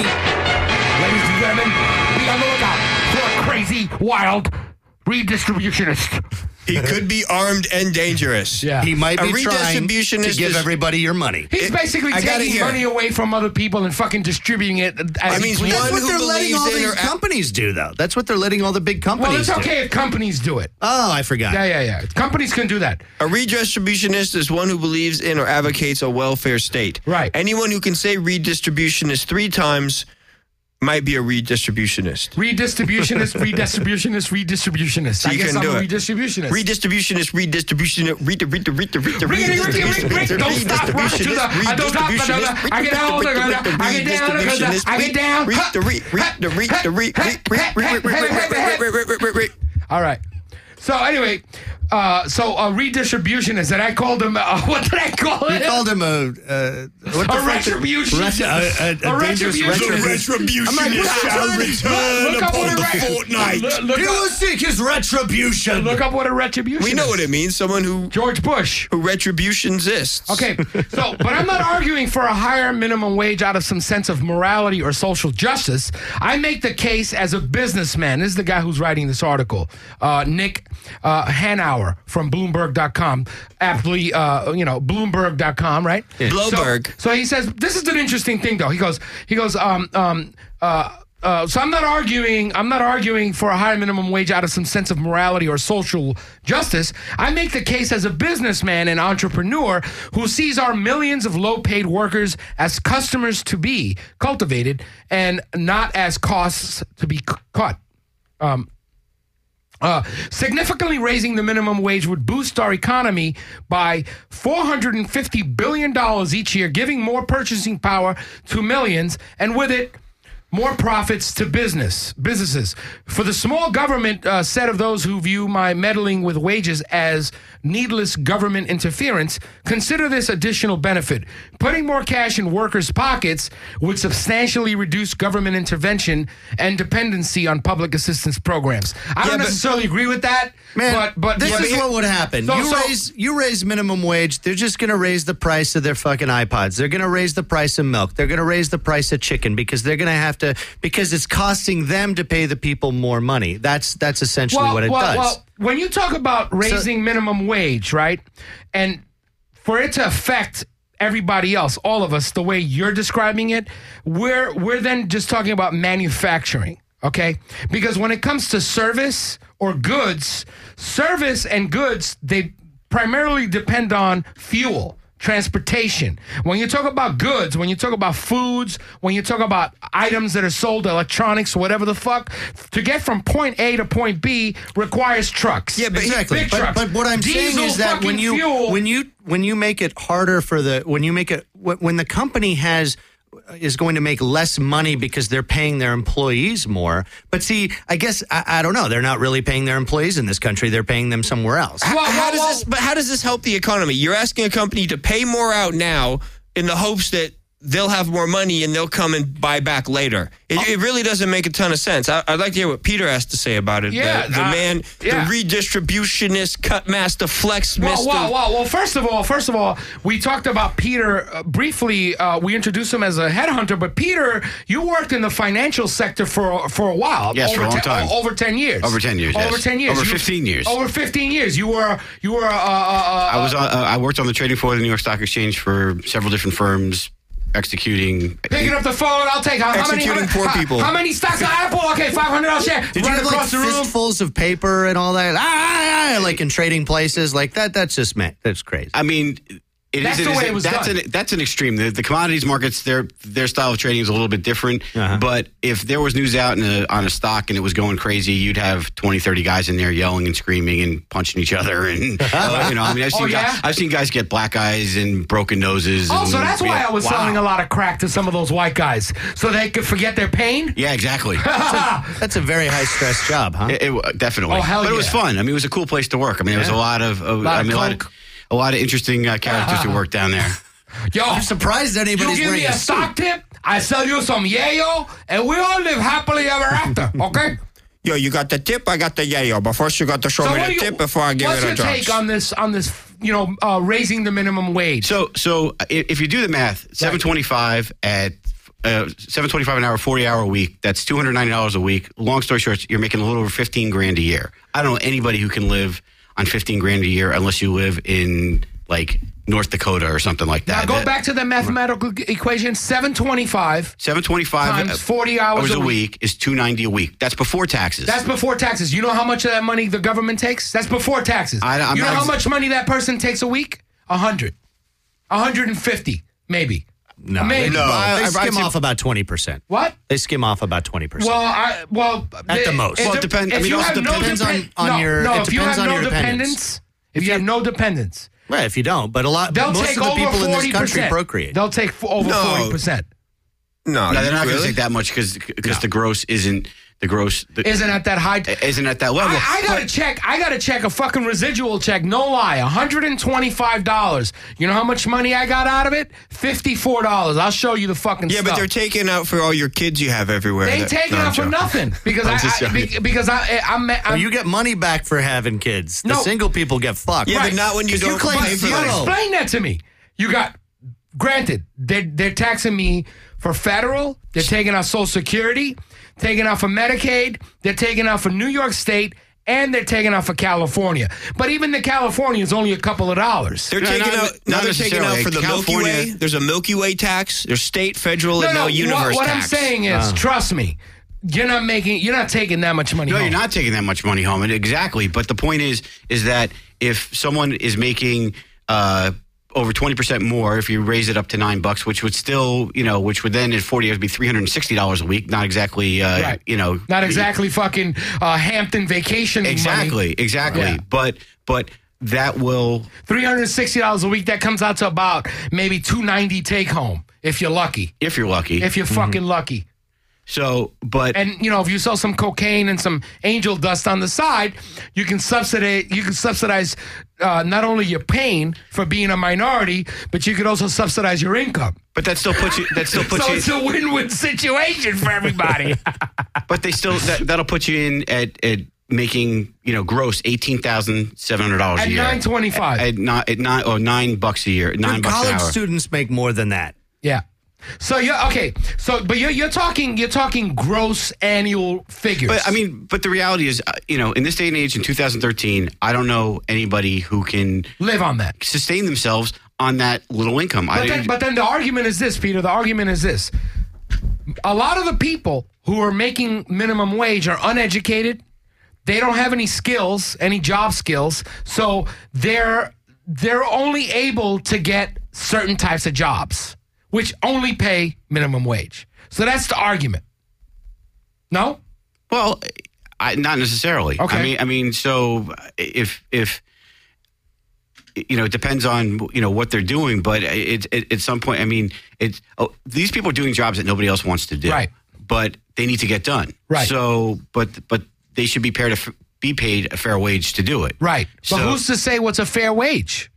Ladies and gentlemen, be on the lookout for a crazy, wild redistributionist. He could be armed and dangerous. (laughs) Yeah. He might A be trying to redistributionist give is- everybody your money. He's basically I gotta taking hear money it. away from other people and fucking distributing it. As I he mean, pleases. one That's what who they're letting all believes in these or- companies do, though. That's what they're letting all the big companies. well, it's do. okay if companies do it. Oh, I forgot. Yeah, yeah, yeah. Companies can do that. A redistributionist is one who believes in or advocates a welfare state. Right. Anyone who can say redistributionist three times might be a redistributionist. (laughs) Redistributionist, redistributionist, redistributionist. I you guess can I'm do a it. redistributionist. Redistributionist, redistributionist, read, read, read, read, Ring it, ring it, ring it, ring it. Don't stop, rush to the- I don't stop, but I- I get down, I get down, I get down. All right. So anyway, uh, so a redistributionist, and I called him. Uh, (laughs) what did I call You it? called him a uh, what the a fuck- retribution. Retro- a, a, a, A dangerous retribution. retribution. Look, look up what a ret- Look, look up, seek his retribution. look up what a retribution. We know what is. it means. Someone who George Bush. who retribution exists. Okay, so, but I'm not arguing for a higher minimum wage out of some sense of morality or social justice. I make the case as a businessman. This is the guy who's writing this article, uh, Nick uh, Hanauer from Bloomberg.com, aptly, uh, you know, Bloomberg.com, right? Bloomberg. So, so he says, this is an interesting thing, though. He goes, he goes, um, um, uh, uh, so I'm not arguing. I'm not arguing for a higher minimum wage out of some sense of morality or social justice. I make the case as a businessman and entrepreneur who sees our millions of low-paid workers as customers to be cultivated and not as costs to be c- cut. Uh, significantly raising the minimum wage would boost our economy by $450 billion each year, giving more purchasing power to millions, and with it, more profits to business businesses. For the small government uh, set of those who view my meddling with wages as needless government interference, consider this additional benefit: putting more cash in workers' pockets would substantially reduce government intervention and dependency on public assistance programs. I Yeah, don't but- necessarily agree with that, Man, but but this but is here- what would happen. So- you so- raise you raise minimum wage, they're just going to raise the price of their fucking iPods. They're going to raise the price of milk. They're going to raise the price of chicken because they're going to have to because it's costing them to pay the people more money. That's that's essentially what it does. when you talk about raising minimum wage, right, and for it to affect everybody else, all of us, the way you're describing it, we're we're then just talking about manufacturing, okay? Because when it comes to service or goods, service and goods they primarily depend on fuel. Transportation. When you talk about goods, when you talk about foods, when you talk about items that are sold, electronics, whatever the fuck, to get from point A to point B requires trucks. Yeah, but- exactly. Big but, trucks. but what I'm Diesel saying is that when fucking you fuel. when you when you make it harder for the when you make it wh- when the company has uh, is going to make less money because they're paying their employees more. But see, I guess I, I don't know. They're not really paying their employees in this country. They're paying them somewhere else. Whoa, whoa, how does whoa. this? But how does this help the economy? You're asking a company to pay more out now in the hopes that they'll have more money and they'll come and buy back later. Oh. It, it really doesn't make a ton of sense. I, I'd like to hear what Peter has to say about it. the- Yeah, the, uh, man, yeah. the redistributionist, cut master, flex Well, mister. well, well, well, first of all, first of all, we talked about Peter uh, briefly. Uh, we introduced him as a headhunter, but Peter, you worked in the financial sector for for a while. Yes, for a over long te- uh, time. Over ten years. Over 10 years, Over yes. ten years. Over You- 15 years. Over fifteen years. You were you were. Uh, uh, uh, I was uh, I worked on the trading floor of the New York Stock Exchange for several different firms, executing. Picking up the phone, I'll take how, how many- how many Executing poor how- people. How, many stocks of Apple? Okay, five hundred dollars share. Did you Run have like across the room. fistfuls of paper and all that? Ah, ah, ah, like in trading places, like that. That's just man. That's crazy. I mean, it That's is- the is- way it was that's done. An, that's an extreme. The, the commodities markets, their their style of trading is a little bit different. Uh-huh. But if there was news out in a, on a stock and it was going crazy, you'd have 20, 30 guys in there yelling and screaming and punching each (laughs) other. And uh, you know, I mean, I've Oh, seen yeah? guys, I've seen guys get black eyes and broken noses. Oh, so and- that's why yeah. I was Wow. selling a lot of crack to some of those white guys, so they could forget their pain. Yeah, (laughs) exactly. That's a very high stress job, huh? It, it- definitely. Oh, hell but it was yeah. fun. I mean, it was a cool place to work. I mean, there was a lot of, uh, Lot I of mean, a lot of, coke. a lot of interesting uh, characters (laughs) who worked down there. Yo, I'm surprised You anybody's give wearing me a suit. stock tip, I sell you some yayo, and we all live happily ever (laughs) after. Okay. Yo, you got the tip, I got the yayo. But first, you got to show me what the do you- tip before I give what's it a your take on this? On this, you know, uh, raising the minimum wage. So, so uh, i- if you do the math, seven twenty-five at uh, seven twenty-five an hour, forty-hour a week. That's two hundred ninety dollars a week. Long story short, you're making a little over fifteen grand a year. I don't know anybody who can live on fifteen grand a year unless you live in like North Dakota or something like Now that. go back to the mathematical equation: seven twenty-five. Seven twenty-five Times 40 hours a a week. week is two ninety a week. That's before taxes. That's before taxes. You know how much of that money the government takes? That's before taxes. I- I'm you know not how ex- much money that person takes a week? A hundred. A hundred and fifty, maybe. No. Maybe. They I- I'd skim say- off about twenty percent. What? They skim off about twenty percent. Well, I well At the most. Well, it depend- I mean, it also depends on- depen- on no, your- no, it if you depends have on no your dependence, dependence. if you have no dependence, Right, if you don't, but a lot, they'll but most take of the over people in forty this country percent. procreate. They'll take f- over No. forty percent. No, No, they're not going really? to take that much because the gross isn't the gross the, Isn't at that high? isn't at that level. I, I gotta check. I gotta check a fucking residual check. No lie, one hundred and twenty-five dollars. You know how much money I got out of it? Fifty-four dollars. I'll show you the fucking Yeah, stuff. but they're taking out for all your kids you have everywhere. they That- ain't taking No, (laughs) I'm out for joking. nothing because I, I'm just I joking. be- because I I'm, I'm, Oh, you get money back for having kids. The No. single people get fucked. Yeah, but not when you Because you don't claim pay But for zero. them. explain that to me. You got granted they're they're taxing me for federal. They're taking out Social Security, taking out for Medicaid. They're taking out for New York State, and they're taking out for California. But even the California is only a couple of dollars. They're No, taking not- out. Now not they're taking out necessarily. for the California- Milky Way. There's a Milky Way tax. There's state, federal, no, and no. now what- universe what tax. I'm saying is, trust me, you're not making, you're not taking that much money. No, home. you're not taking that much money home. And exactly. But the point is, is that if someone is making uh, over 20% more, if you raise it up to nine bucks, which would still, you know, which would then at 40 would be $360 a week. Not exactly, uh, Right. you know. Not exactly fucking uh, Hampton vacation Exactly. Exactly. Yeah. But, but that will, Three hundred sixty dollars a week. That comes out to about maybe two ninety take home if you're lucky. if you're lucky. If you're fucking lucky. So, but And you know, if you sell some cocaine and some angel dust on the side, you can subsidize. You can subsidize uh, not only your pain for being a minority, but you could also subsidize your income. but that still puts you. That still (laughs) puts so you. it's a win-win situation for (laughs) everybody. but they still that, that'll put you in at at making you know gross eighteen thousand seven hundred dollars At a year. nine twenty-five. At nine at nine or nine bucks a year. Nine bucks an College hour. students make more than that. Yeah. So you're okay. So but you're you're talking you're talking gross annual figures. But I mean, but the reality is, uh, you know, in this day and age, in 2013, I don't know anybody who can live on that. sustain themselves on that little income. I But then, didn't- but then the argument is this, Peter. The argument is this: a lot of the people who are making minimum wage are uneducated. They don't have any skills, any job skills, so they're they're only able to get certain types of jobs, which only pay minimum wage. So that's the argument. No, Well, I, not necessarily. Okay. I mean, I mean, so if if you know, it depends on you know what they're doing, but it, it, at some point, I mean, it's oh, these people are doing jobs that nobody else wants to do, Right. But they need to get done, Right. So, but but they should be paid a f- be paid a fair wage to do it, Right. But So- who's to say what's a fair wage?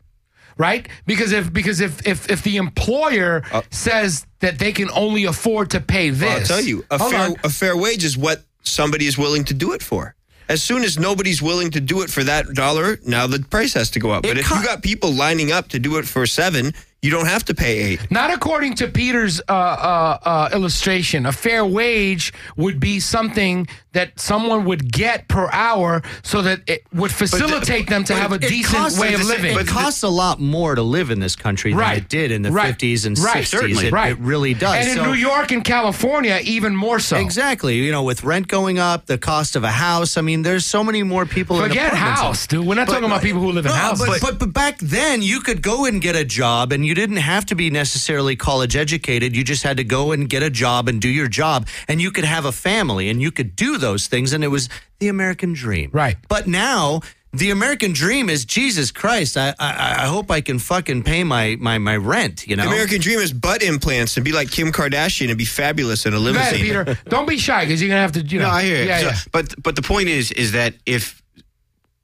Right? Because if because if if, if the employer says that they can only afford to pay this, Uh, I'll tell you, a Hold fair, on. a fair wage is what somebody is willing to do it for. As soon as nobody's willing to do it for that dollar, now the price has to go up. But if you got people lining up to do it for seven, you don't have to pay eight. Not according to Peter's uh, uh, uh, illustration. A fair wage would be something that someone would get per hour, so that it would facilitate them to have a It decent costs way of it's- living. It costs a lot more to live in this country Right. than it did in the Right. 50s and Right. 60s. Certainly. It, Right. it really does. and in So- New York and California, even more so. Exactly. You know, with rent going up, the cost of a house. I mean, there's so many more people in Forget apartments. house, dude. We're not talking about people who live in No, houses. But, but but back then you could go and get a job and you didn't have to be necessarily college educated. You just had to go and get a job and do your job and you could have a family and you could do those things and it was the American dream. Right. But now the American dream is Jesus Christ. I I, I hope I can fucking pay my my, my rent, you know. The American dream is butt implants and be like Kim Kardashian and be fabulous in a Go ahead, limousine. Peter. Don't be shy because you're gonna have to. You know, No, I hear you. Yeah, So- yeah. But but the point is is that if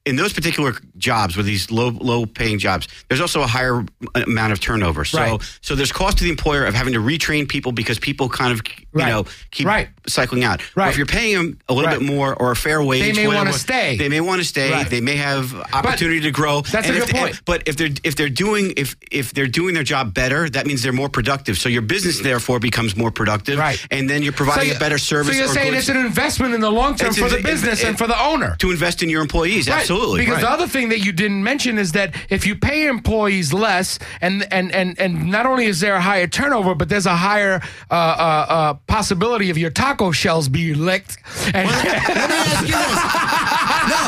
in those particular jobs with these low low paying jobs, there's also a higher amount of turnover. So Right. so there's cost to the employer of having to retrain people because people kind of you Right. know keep Right. cycling out. Well, Right. if you're paying them a little Right. bit more or a fair wage, may wanna whatever- stay. They may want to stay. Right. They may have opportunity to grow. that's a And good if- and- point. but if they're if they're doing if if they're doing their job better, that means they're more productive. So your business therefore becomes more productive. Right. And then you're providing you- a better service. So you're or saying goods. it's an investment in the long term It's- for the it's- it- business it- and for the owner. to invest in your employees. Right, Absolutely. Because the Right. other thing that you didn't mention is that if you pay employees less, and and and and not only is there a higher turnover, but there's a higher uh, uh, uh, possibility of your taco shells being licked. And Let me ask you this. No,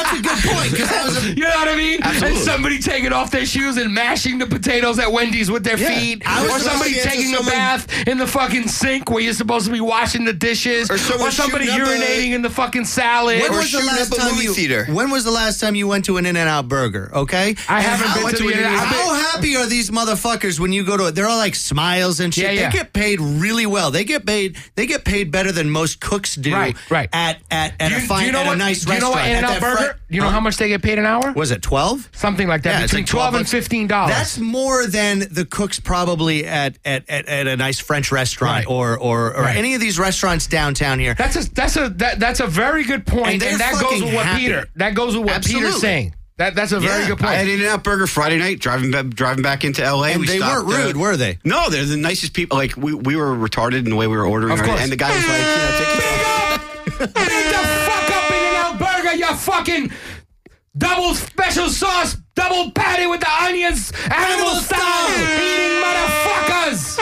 that's a good point because that was a you know what I mean? And somebody taking off their shoes and mashing the potatoes at Wendy's with their feet, I was or about to somebody answer taking a someone- bath in the fucking sink where you're supposed to be washing the dishes, Or someone somebody shooting up a- urinating in the fucking salad. Or When was the shooting last up a time movie you, theater. When was the last time you went to an In-N-Out Burger? Okay, I And haven't how- been to an In-N-Out. I've been- How happy are these motherfuckers when you go to it? They're all like smiles and shit. Yeah, yeah. They get paid really well. They get paid. They get paid better than most cooks do. Right, right. At at, at Do a do fine at a nice do you know restaurant. what At In-N-Out that Burger? fri- you know how much they get paid an hour? was it? Twelve. Something like that. it's Between like twelve, and bucks. fifteen dollars. That's more than the cooks probably at at, at, at a nice French restaurant Right. or or, or Right. any of these restaurants downtown here. that's a that's a that, that's a very good point, And and, they're that goes fucking with what happy. Peter that goes with what Peter's Absolutely. saying. That that's a very Yeah, good I point. had In and Out Burger Friday night, driving back, driving back into L.A. And we they stopped, weren't uh, rude, were they? No, they're the nicest people. Like we, we were retarded in the way we were ordering, Of our- course. and the guy was like, you know, take your- Beat the fuck up in and out burger, you fucking double special sauce, double patty with the onions, animal, Animal style, style. eating motherfuckers.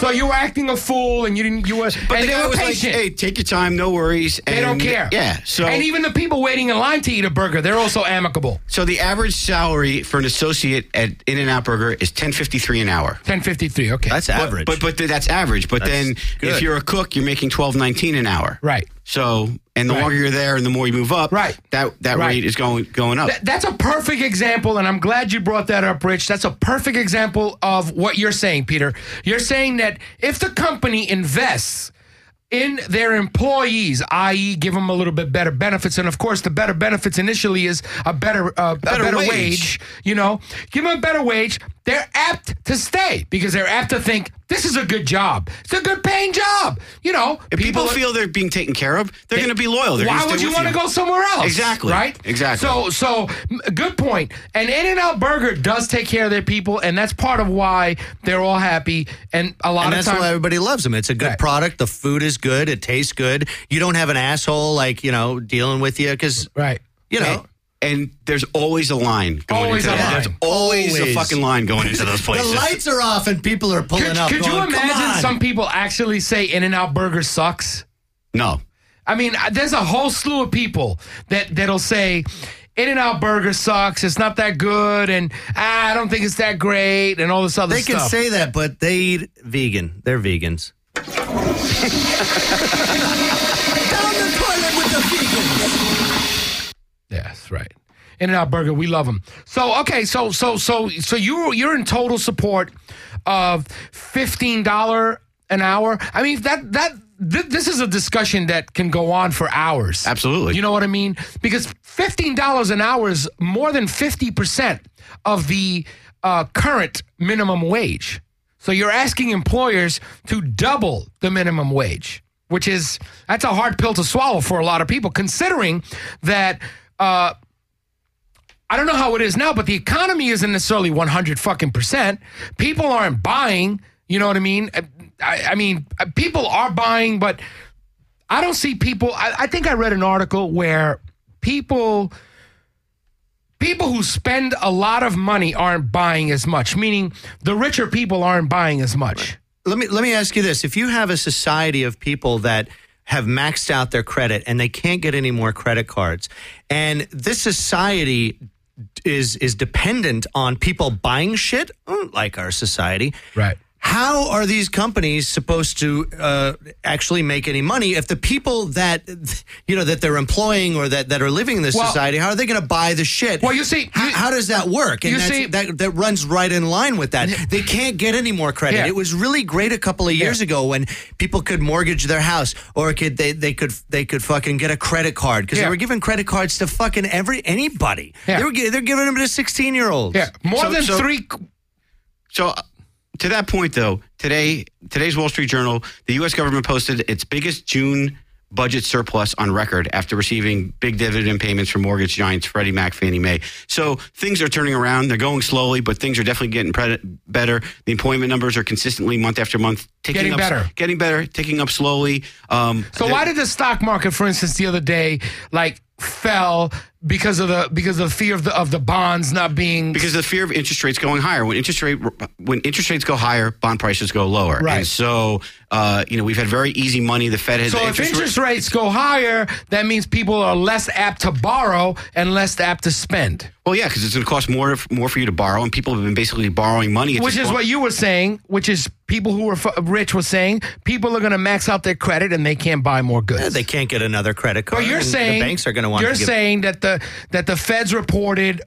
So you were acting a fool, and you didn't. You were, But and the they guy were was like, patient. hey, take your time, no worries. they don't and- care. Yeah. So and even the people waiting in line to eat a burger, they're also amicable. so the average salary for an associate at In and Out Burger is ten fifty three an hour. Ten fifty three. Okay. That's But- average. But but that's average. But then good. if you're a cook, you're making twelve nineteen an hour. Right. So, and the longer you're there, and the more you move up, Right. That that Right. rate is going going up. Th- that's a perfect example, and I'm glad you brought that up, Rich. That's a perfect example of what you're saying, Peter. You're saying that if the company invests in their employees, i.e., give them a little bit better benefits, and of course, the better benefits initially is a better uh, a better, wage. wage. You know, give them a better wage. They're apt to stay because they're apt to think this is a good job. It's a good paying job. You know, if people, are- feel they're being taken care of, they're going to be loyal. They're why gonna would stay you with want to go somewhere else? Exactly. Right. Exactly. So, so m- good point. And In and Out Burger does take care of their people, and that's part of why they're all happy. And a lot and of that's why times, everybody loves them. It's a good Right. product. The food is good. It tastes good. You don't have an asshole like you know dealing with you because right? you know. And there's always a line. Going Always into a that. line. There's always, Always. a fucking line going into those The places. lights are off and people are pulling Could, up. could you going, "Come imagine on." some people actually say In and Out Burger sucks? No. I mean, I- there's a whole slew of people that that'll say. In and Out Burger sucks. It's not that good, and ah, I don't think it's that great, and all this other They stuff. can say that, but they eat vegan. They're vegans. Yes, right. In and Out Burger, we love them. So okay, so so so so you you're in total support of fifteen dollar an hour. I mean that that. th- This is a discussion that can go on for hours. Absolutely. You know what I mean? Because $15 an hour is more than 50% of the uh, current minimum wage. So you're asking employers to double the minimum wage, which is, that's a hard pill to swallow for a lot of people, considering that uh, I don't know how it is now, but the economy isn't necessarily 100 fucking percent. People aren't buying. You know what I mean? I, I mean, uh, people are buying, but I don't see people. I, I think I read an article where people people who spend a lot of money aren't buying as much. Meaning, the richer people aren't buying as much. Let me let me ask you this: If you have a society of people that have maxed out their credit and they can't get any more credit cards, and this society is is dependent on people buying shit, mm, like our society, Right. How are these companies supposed to uh, actually make any money if the people that you know that they're employing or that, that are living in this Well- society, how are they going to buy the shit? Well, you see, H- how, you- does that work? And you that's- see- that that runs right in line with that. They can't get any more credit. Yeah. It was really great a couple of years ago when people could mortgage their house or could they they could they could fucking get a credit card because Yeah. they were giving credit cards to fucking every anybody. Yeah. They were gi- they're giving them to sixteen year olds. Yeah, more So- than so- three. So uh, to that point, though, today today's Wall Street Journal, the U.S. government posted its biggest June budget surplus on record after receiving big dividend payments from mortgage giants Freddie Mac, Fannie Mae. So things are turning around. They're going slowly, but things are definitely getting pre- better. The employment numbers are consistently month after month ticking Getting up, better. getting better, ticking up slowly. Um, So why did the stock market, for instance, the other day, like fell because of the because of the fear of the of the bonds not being because of the fear of interest rates going higher. When interest rate when interest rates go higher, bond prices go lower. Right. And so uh, you know we've had very easy money. The Fed has So if interest rates go higher, that means people are less apt to borrow and less apt to spend, Well, yeah, because it's going to cost more more for you to borrow, and people have been basically borrowing money. At which this is point. what you were saying. Which is people who were f- rich were saying people are going to max out their credit and they can't buy more goods. Yeah, They can't get another credit card. but you're and saying the banks are going to want. You're to give- saying that the that the Feds reported,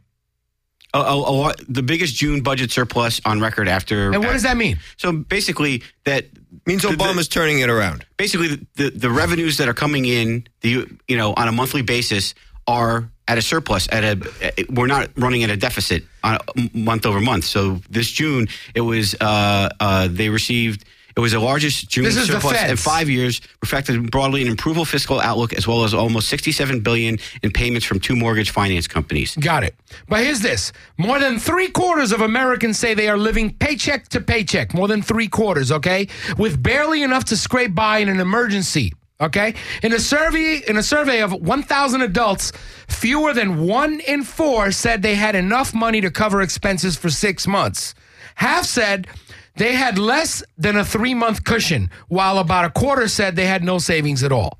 a, a, a lot, the biggest June budget surplus on record after. and what does that mean? So basically, that Means the- the- Obama's turning it around. basically the, the, the revenues that are coming in the you know on a monthly basis are at a surplus at a we're not running at a deficit on a, month over month so this june it was uh, uh, they received it was the largest June This is the surplus in Feds. five years, reflected broadly an improved fiscal outlook, as well as almost 67 billion in payments from two mortgage finance companies. Got it. But here's this more than three quarters of Americans say they are living paycheck to paycheck. More than three quarters, okay? With barely enough to scrape by in an emergency. Okay? In a survey in a survey of 1000 adults, fewer than 1 in 4 said they had enough money to cover expenses for 6 months. Half said they had less than a 3-month cushion, while about a quarter said they had no savings at all.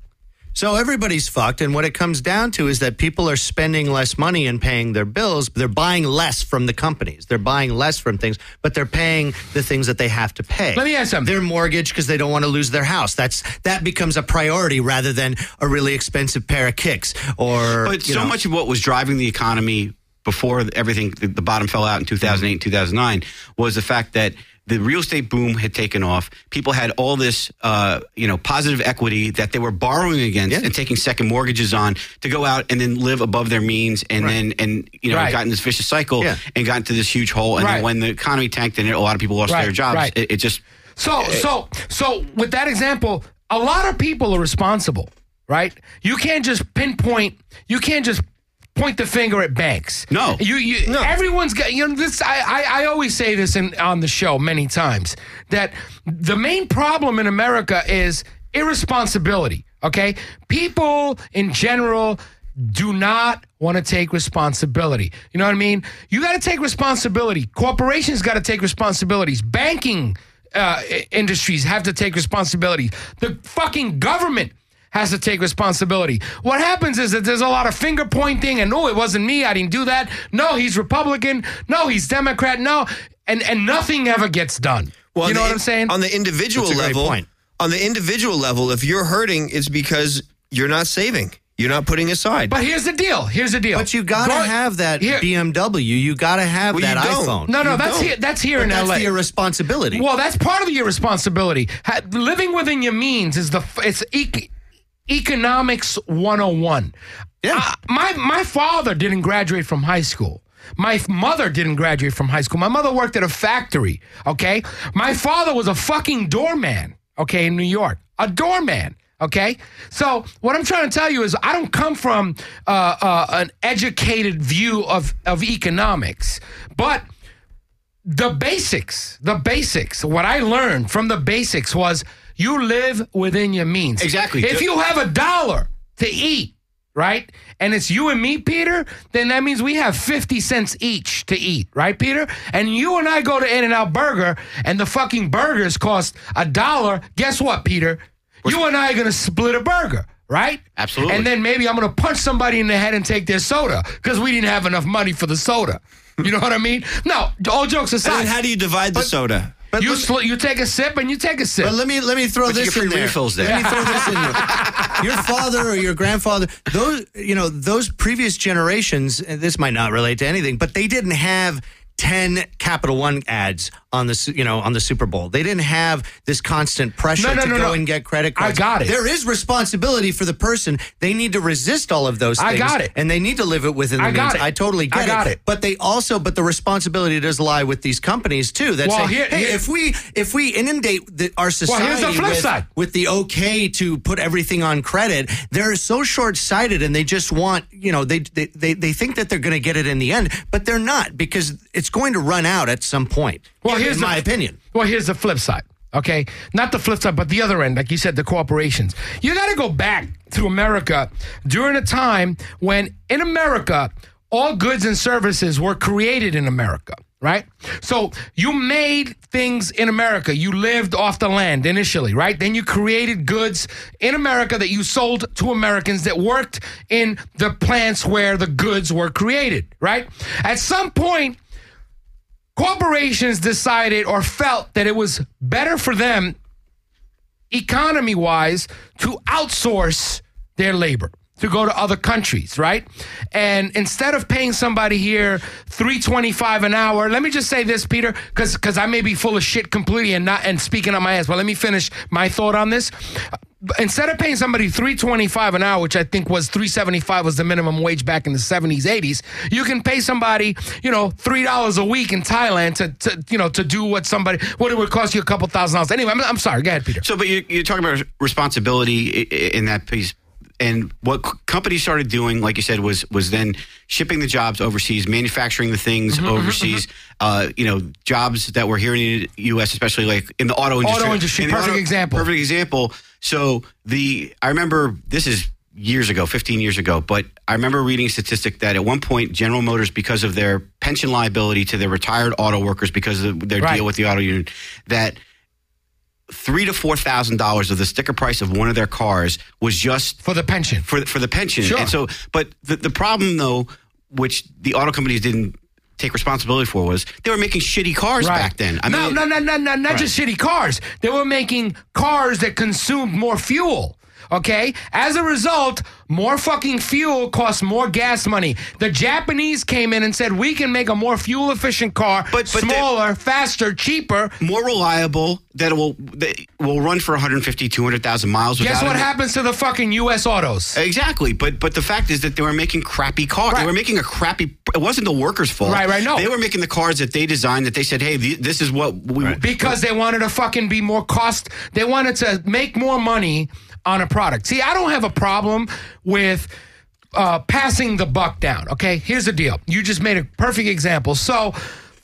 So everybody's fucked. And what it comes down to is that people are spending less money and paying their bills. They're buying less from the companies. They're buying less from things, but they're paying the things that they have to pay. Let me ask something. Their mortgage because they don't want to lose their house. That's that becomes a priority rather than a really expensive pair of kicks or But you so know, much of what was driving the economy before everything, the, the bottom fell out in 2008 and 2009, was the fact that the real estate boom had taken off. People had all this, uh, you know, positive equity that they were borrowing against Yeah. and taking second mortgages on to go out and then live above their means, and then and you know, Right. got in this vicious cycle Yeah. and got into this huge hole. And Right. then when the economy tanked and a lot of people lost Right, their jobs, right. it, it just So so so with that example, a lot of people are responsible, right? You can't just pinpoint. You can't just point the finger at banks. No. you you everyone's got you know this. I I, I always say this in, on the show many times that the main problem in America is irresponsibility. Okay, people in general do not want to take responsibility. You know what I mean? You got to take responsibility. Corporations got to take responsibilities. Banking uh, i- industries have to take responsibility. The fucking government has to take responsibility. What happens is that there's a lot of finger pointing and no, it wasn't me. I didn't do that. No, he's Republican. No, he's Democrat. No, and and nothing ever gets done. Well, you on know the- what I'm saying? On the individual That's a great level, point. on the individual level, if you're hurting, it's because you're not saving. You're not putting aside. but here's the deal. Here's the deal. But you gotta Go- have that Here- BMW. You gotta have Well, you that don't. iPhone. No, no, You that's don't. here. That's here But in that's L.A. the irresponsibility. Well, that's part of your responsibility. Ha- living within your means is the f- it's ec- economics 101. Yeah. I- Uh, my my father didn't graduate from high school. My f- mother didn't graduate from high school. My mother worked at a factory, okay? My father was a fucking doorman, okay, in New York. A doorman, okay? So, what I'm trying to tell you is I don't come from uh, uh, an educated view of, of economics, but the basics, the basics. What I learned from the basics was you live within your means. Exactly. If you have a dollar to eat, right? And it's you and me, Peter, then that means we have 50 cents each to eat, right, Peter? And you and I go to In N Out Burger and the fucking burgers cost a dollar. Guess what, Peter? you and I are gonna split a burger, right? Absolutely. And then maybe I'm gonna punch somebody in the head and take their soda because we didn't have enough money for the soda. You know what I mean? No, all jokes aside. And how do you divide the soda? but you let- sl- you take a sip and you take a sip. But let me let me throw you this get free in there. refills there. Let me throw this in there. Your father or your grandfather, those you know, those previous generations. and This might not relate to anything, but they didn't have. 10 Capital One ads on the Su- you know on the Super Bowl. They didn't have this constant pressure No, no, to no, go no. and get credit I cards. got it. There is responsibility for the person. They need to resist all of those I things. got it. And they need to live it within I their got means. it. I totally I get got it. But they also but the responsibility does lie with these companies too that Well, say, here- "Hey, here- if we if we inundate the, our society Well, here's the flip with, side. with the okay to put everything on credit. They're so short sighted and they just want, you know, they they, they, they think that they're going to get it in the end, but they're not because it's going to run out at some point. Well, in here's the- my opinion. Well, here's the flip side. Okay, not the flip side, but the other end, like you said, the corporations. You got to go back to America during a time when, in America, all goods and services were created in America, right? So you made things in America. You lived off the land initially, right? Then you created goods in America that you sold to Americans that worked in the plants where the goods were created, right? At some point, corporations decided or felt that it was better for them economy wise to outsource their labor to go to other countries right and instead of paying somebody here 325 an hour let me just say this peter because because i may be full of shit completely and not and speaking on my ass but let me finish my thought on this instead of paying somebody 325 an hour which i think was 375 was the minimum wage back in the 70s 80s you can pay somebody you know three dollars a week in thailand to, to you know to do what somebody what it would cost you a couple thousand dollars anyway i'm, I'm sorry go ahead peter So, but you, you're talking about responsibility i- i- in that piece, and what c- companies started doing, like you said, was was then shipping the jobs overseas, manufacturing the things Mm-hmm, overseas. Uh, you know, jobs that were here in the U.S., especially like in the auto industry. industry, In the perfect example. Perfect example. So the I remember this is years ago, 15 years ago, but I remember reading a statistic that at one point General Motors, because of their pension liability to their retired auto workers, because of their Right. deal with the auto union, that three to four thousand dollars of the sticker price of one of their cars was just for the pension. for for the pension. Sure. And so, but the, the problem though, which the auto companies didn't take responsibility for, was they were making shitty cars back then. I no, mean, no, no, no, no, not just shitty cars. They were making cars that consumed more fuel. Okay? As a result, more fucking fuel costs more gas money. The Japanese came in and said, we can make a more fuel efficient car, But- but they- smaller, faster, cheaper. More reliable that it will that it will run for 150, 200,000 miles. Guess without what it. happens to the fucking U.S. autos? Exactly, but but the fact is that they were making crappy cars. Right. They were making a crappy. It wasn't the workers' fault. Right, right, no. They were making the cars that they designed. That they said, hey, th- this is what we. because they wanted to fucking be more cost. They wanted to make more money on a product. See, I don't have a problem with uh, passing the buck down. Okay, here's the deal. You just made a perfect example. So.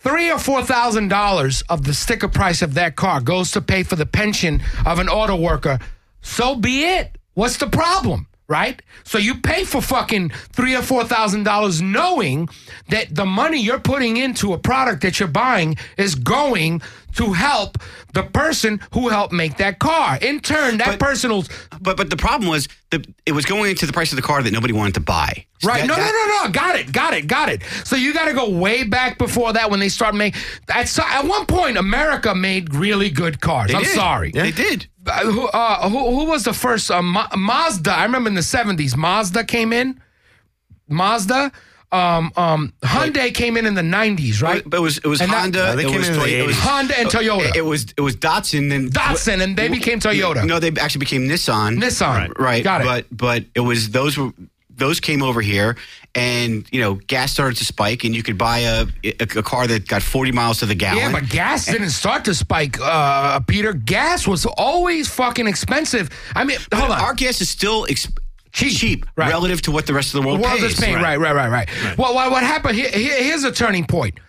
Three or four thousand dollars of the sticker price of that car goes to pay for the pension of an auto worker. So be it. What's the problem, right? So you pay for fucking three or four thousand dollars, knowing that the money you're putting into a product that you're buying is going to help the person who helped make that car. In turn, that But- person will. But but the problem was the it was going into the price of the car that nobody wanted to buy. So Right? that- no, that- no, no, no. Got it. Got it. Got it. So you got to go way back before that when they start making. At, so- at one point, America made really good cars. They I'm did. sorry. They did. Uh, who, uh, who, who was the first uh, Ma- Mazda? I remember in the seventies, Mazda came in. Mazda, um, um, Hyundai came in in the nineties, right? But it was it was And that- Honda. No, they it came was in in the Toy- it was- 80s. Honda and Toyota, It was it was Datsun and Datsun, and they became Toyota. No, they actually became Nissan. Nissan, right. Right. Got it. But but it was those were those came over here and you know gas started to spike and you could buy a a, a car that got 40 miles to the gallon. yeah, but gas didn't start to spike, uh, Peter. Gas was always fucking expensive. I mean, hold on. our gas is still ex- Cheap, right. relative to what the rest of the world, world pays. is paying. Right, right, right, right. Well, what, what happened here, here- Here's a turning point.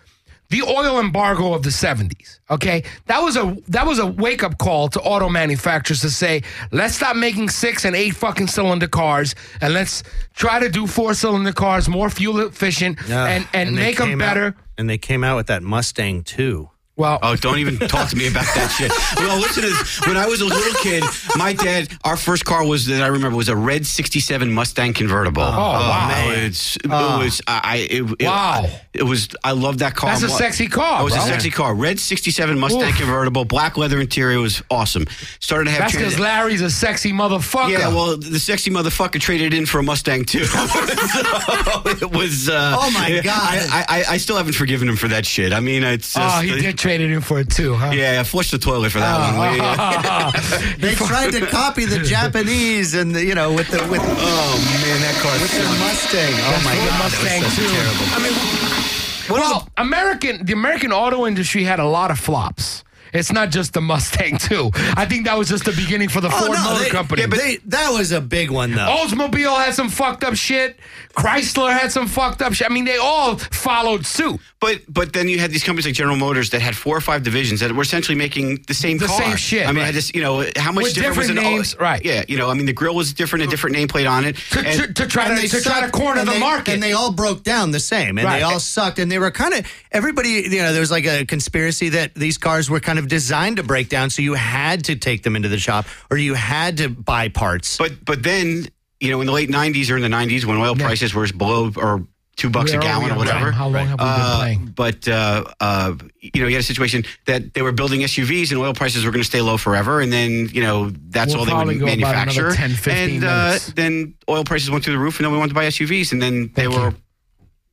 The oil embargo of the 70s. Okay, that was a that was a wake up call to auto manufacturers to say, let's stop making six and eight fucking cylinder cars, and let's try to do four cylinder cars, more fuel efficient, and, and, they make them came out- better. and they came out with that Mustang too. Well, Oh, don't even talk to me about that shit. Well, listen to this. When I was a little kid, my dad, our first car was that I remember was a red '67 Mustang convertible. Oh, wow. Ah. It's, It was I. I- It, it, Wow. It was. I loved that car. That's a Well, sexy car, It was bro. a sexy car. Red '67 Mustang Oof. convertible, black leather interior was awesome. Started to have. that's because trans- Larry's a sexy motherfucker. yeah, well, the sexy motherfucker traded in for a Mustang too. (laughs) so it was. Uh, Oh, my God. I, I, I still haven't forgiven him for that shit. I mean, it's. oh, just- he did trade it in for it too, huh? Ah, yeah, yeah, flush the toilet for that Oh. one. uh, will ya? They tried to (laughs) copy the Japanese and the, you know with the with Oh man, that car. the Mustang. Oh my Ford god, Mustang that was so too. terrible. I mean, well, American the American auto industry had a lot of flops. It's not just the Mustang (laughs) too. I think that was just the beginning for the Ford Motor Oh, they- Company. Yeah, but they, that was a big one though. Oldsmobile had some fucked up shit. Chrysler had some fucked up shit. I mean, they all followed suit. But but then you had these companies like General Motors that had four or five divisions that were essentially making the same The car. same shit, I mean, right. I just you know how much With different was an different old- names, right. Yeah, you know, I mean, the grill was different, a different nameplate on it. To, to, And- to try to, to try to sucked, corner and the they- market. And they all broke down the same, and Right. they all sucked. And they were kind of everybody. You know, there was like a conspiracy that these cars were kind of designed to break down, so you had to take them into the shop or you had to buy parts. but but then you know in the late '90s or in the '90s when oil prices were below or two bucks Where a are we gallon or on time? whatever. How long have we been Uh, playing? but uh, uh, you know, you had a situation that they were building SUVs and oil prices were going to stay low forever, and then you know that's We'll all they probably would go about another manufacture. 10, 15 and uh, minutes. then oil prices went through the roof, and then we wanted to buy SUVs, and then they Thank were you.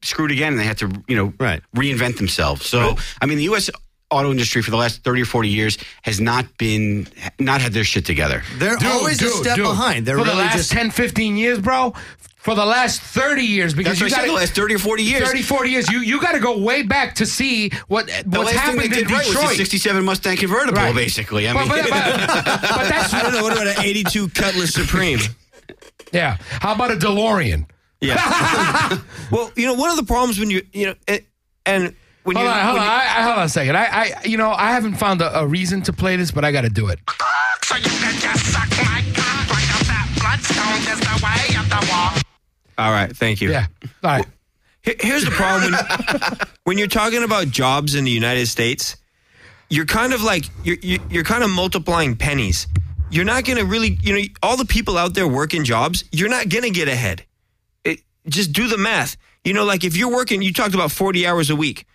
screwed again, and they had to you know Right. reinvent themselves. So I mean, the U.S. auto industry for the last 30 or 40 years has not been not had their shit together. They're Dude, always dude, a step dude. behind. They're for really the last just 10, 15 years, bro. For the last 30 years, because That's what I you said got the last 30 or 40 years. 30, 40 years. You you got to go way back to see what the what's last thing they happened in did right was the Detroit. 67 Mustang convertible, Right. basically. I but, mean, but, but, but (laughs) that's I don't know. What about an 82 Cutlass (laughs) Supreme? yeah. How about a DeLorean? Well, you know, one of the problems when you, you know, and, and when Hold you. on, hold when on, you- I, I, hold on a second. I, I you know I haven't found a, a reason to play this, but I got to do it. So you can just suck my cock like a fat bloodstone just the way of the wall. All right. Thank you. Yeah. All right. Here- Here's the problem when, when you're talking about jobs in the United States. you're kind of like you're you're, you're kind of multiplying pennies. You're not going to really, you know, all the people out there working jobs, you're not going to get ahead. It, just do the math. You know, like if you're working, you talked about 40 hours a week.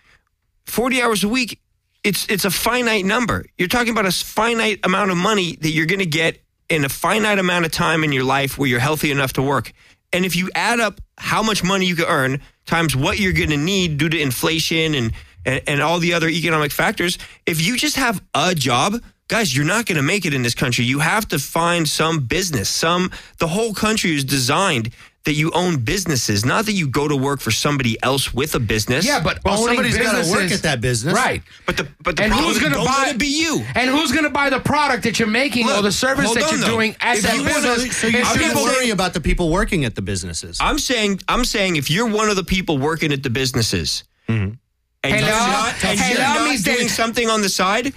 40 hours a week, it's it's a finite number. You're talking about a s- finite amount of money that you're going to get in a finite amount of time in your life where you're healthy enough to work. And if you add up how much money you can earn times what you're going to need due to inflation and, and and all the other economic factors, if you just have a job, guys, you're not going to make it in this country. You have to find some business. Some the whole country is designed that you own businesses, not that you go to work for somebody else with a business. Yeah, but Well, owning somebody's gotta businesses- work at that business. right? (laughs) But the but the and problem who's is gonna don't buy? let it be you. And who's gonna buy the product that you're making or Look, the service hold that on, you're though. doing at If that you wanna- business? So you It's shouldn't people- worry about the people working at the businesses. I'm saying I'm saying if you're one of the people working at the businesses and Hello? you're not, and Hello, you're not Mr. doing something on the side,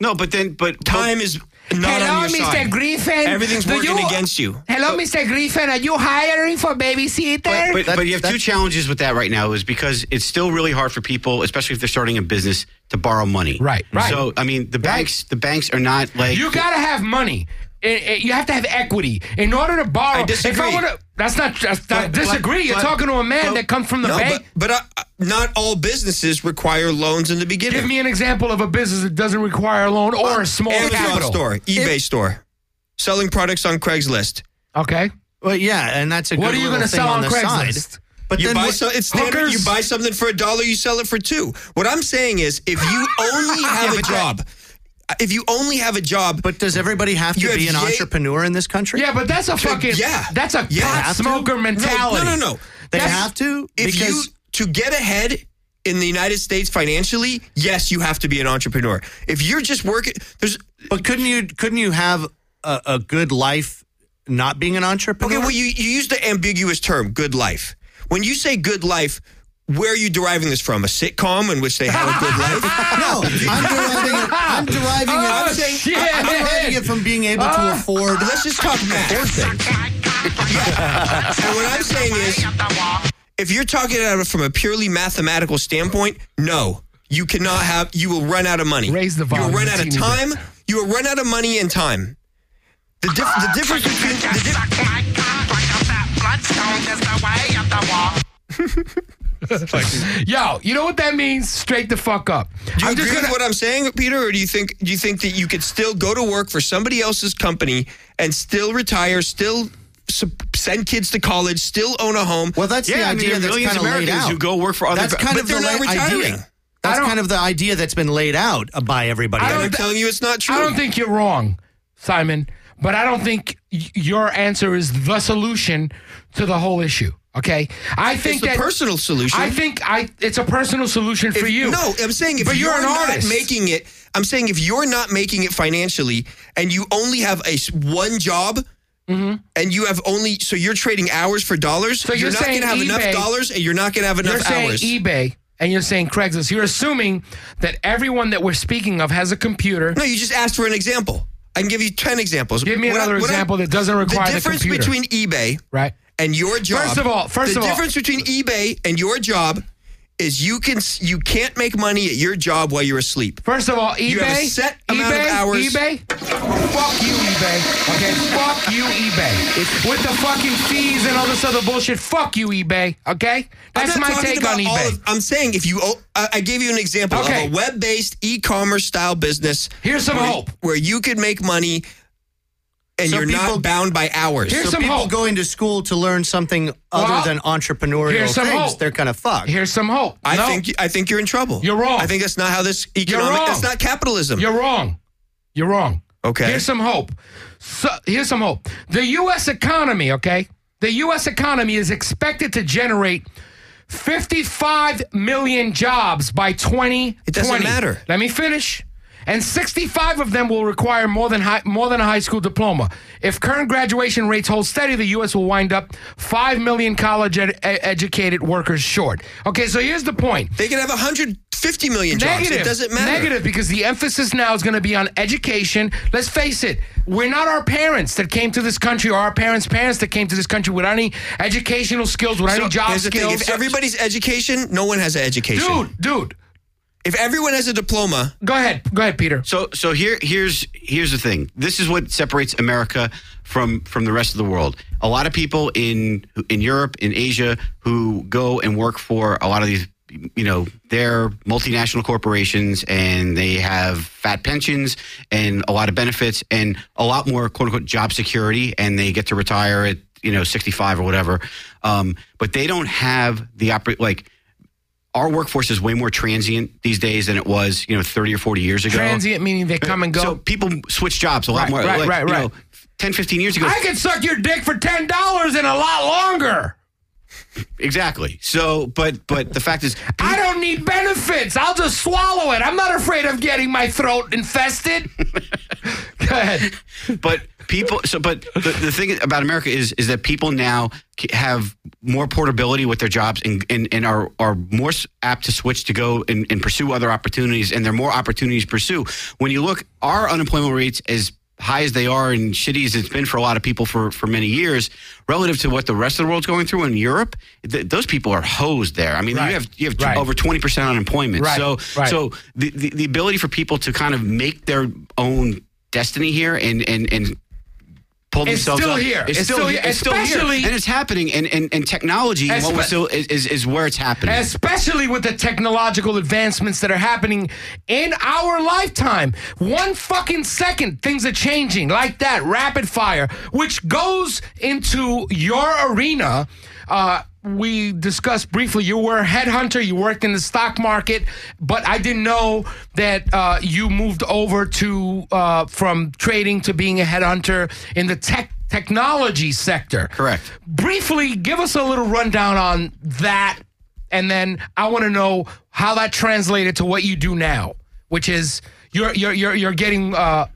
No, but then but time is not Hello, on your Mr. side. Griffin. Everything's Do working against you. Hello, Mr. Griffin. Are you hiring for babysitter? But, but, That- but you have that- two challenges with that right now is because it's still really hard for people, especially if they're starting a business, to borrow money. Right, right. So I mean, the banks, the banks are not like You gotta have money. It- it- you have to have equity in order to borrow. I disagree. If I wanna, that's not that's not But- but- disagree. You're but- talking to a man but- that comes from the No, bank. but, but uh, uh, not all businesses require loans in the beginning. Give me an example of a business that doesn't require a loan or a small Amazon capital. store, eBay store, selling products on Craigslist. Okay. Well, yeah, and that's a What good are you little gonna thing sell on the side. Craigslist? But You then buy what- so it's standard. hookers? You buy something for a dollar, you sell it for two. What I'm saying is, if you (laughs) only have a job, if you only have a job, But does everybody have You to have be an yay- entrepreneur in this country? Yeah, but that's a fucking yeah, That's a yeah. pot Have to? smoker No, mentality. No, no, no. They That's- have to If you because to get ahead in the United States financially, yes, you have to be an entrepreneur. If you're just working, there's but couldn't you couldn't you have a, a good life not being an entrepreneur? okay. Well, you you use the ambiguous term "good life." When you say "good life," where are you deriving this from? A sitcom in which they have a (laughs) good life? no, I'm deriving it. I'm deriving it. Oh, I'm saying- shit. I'm deriving it from being able to afford. Let's just talk math. And what I'm saying is, if you're talking about it from a purely mathematical standpoint, no, you cannot have. You will run out of money. Raise the You volume will run a out of teeny bit. time. You will run out of money and time. The, diff- the difference between the diff- Yo, you know what that means? Straight the fuck up. Do you I'm agree just gonna. with what I'm saying, Peter, or do you think do you think that you could still go to work for somebody else's company and still retire, still su- send kids to college, still own a home? Well, that's the Yeah, I mean, idea there are that's millions kind of of laid Americans out. who go work for other- That's kind but of the they're not la- retiring. idea. That's don't- kind of the idea that's been laid out uh, by everybody. I and don't I'm th- telling you, it's not true. I don't think you're wrong, Simon, but I don't think y- your answer is the solution to the whole issue. Okay, I think the that personal solution. I think I it's a personal solution for If- you. No, I'm saying if But you're you're, an not artist. making it, I'm saying if you're not making it financially and you only have a s- one job. And you have only so you're trading hours for dollars. So Mm-hmm. you're not gonna saying have eBay- enough dollars, and you're not going to have you're enough saying e-, hours. eBay and you're saying Craigslist. You're assuming that everyone that we're speaking of has a computer. No, you just asked for an example. I can give you 10 examples. Give me What I- another what I- example that doesn't require the The difference computer. between eBay Right. and your job. First of all- first the of all- difference between eBay and your job is you can s- you can't make money at your job while you're asleep. First of all, eBay. You have a set eBay, amount of hours. eBay. Fuck you, eBay. Okay, fuck you, eBay. With the fucking fees and all this other bullshit, fuck you, eBay. Okay, I'm that's not my talking take about on all eBay. of- I'm saying if you, oh, I, I gave you an example Okay. of a web-based e-commerce style business. Here's some where- hope. where you could make money, and So you're people- not bound by hours. Here's So some people hope. going to school to learn something Well, other than entrepreneurial here's some things, hope. they're kind of fucked. Here's some hope. I No, think I think you're in trouble. You're wrong. I think that's not how this economic. wrong. That's not capitalism. you're wrong. You're wrong. Okay. Here's some hope. So, here's some hope. The U.S. economy, okay? The U.S. economy is expected to generate 55 million jobs by 2020. It doesn't matter. Let me finish. And 65 of them will require more than high, more than a high school diploma. If current graduation rates hold steady, the U.S. will wind up 5 million college ed- e- educated workers short. Okay, so here's the point. They could have 150 million jobs. Negative. It doesn't matter. Negative because the emphasis now is going to be on education. Let's face it, we're not our parents that came to this country or our parents' parents that came to this country without any educational skills, without any job Here's the skills. thing: if everybody's education, no one has an education. dude, dude. If everyone has (laughs) a diploma, Go ahead. Go ahead, Peter. So so here here's here's the thing. This is what separates America from from the rest of the world. A lot of people in in Europe, in Asia, who go and work for a lot of these you know they're multinational corporations and they have fat pensions and a lot of benefits and a lot more quote unquote job security and they get to retire at you know 65 or whatever um, but they don't have the oper- like our workforce is way more transient these days than it was you know 30 or 40 years ago Transient meaning they come and go. so people switch jobs a lot Right, more. right, like, right, you right. know, 10, 15 years ago. I could suck your dick for ten dollars and a lot longer. exactly. So, but but the fact is, I don't need benefits. I'll just swallow it. I'm not afraid of getting my throat (laughs) infested. Go ahead. but people. So, but the, the thing about America is is that people now c- have more portability with their jobs and and, and are are more s- apt to switch to go and, and pursue other opportunities, and there are more opportunities to pursue. When you look, our unemployment rates as high as they are and shitty as it's been for a lot of people for, for many years relative to what the rest of the world's going through in Europe th- those people are hosed there I mean Right, you have you have right. over 20% unemployment Right, so right. so the, the, the ability for people to kind of make their own destiny here and and and pull It's themselves still up here. It's still here. It's still here. Especially- and it's happening. And and, and technology and what Espe- we're still is, is is where it's happening. Especially with the technological advancements that are happening in our lifetime. One fucking second, things are changing like that, rapid fire, which goes into your arena. Uh, we discussed briefly, you were a headhunter, you worked in the stock market, but I didn't know that uh, you moved over to uh, from trading to being a headhunter in the tech technology sector Correct. briefly give us a little rundown on that and then i want to know how that translated to what you do now which is you're you're you're, you're getting uh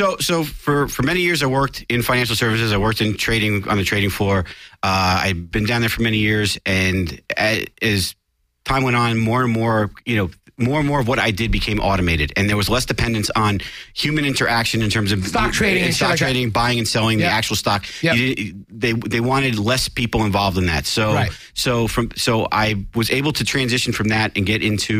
So, so for, for many years, I worked in financial services. I worked in trading on the trading floor. Uh, I've been down there for many years, and a- as time went on, more and more, you know, more and more of what I did became automated, and there was less dependence on human interaction in terms of uh, Stock trading and shit stock like that. trading, buying and selling Yeah. the actual stock. Yeah. You didn't- they they wanted less people involved in that. So Right. so from so I was able to transition from that and get into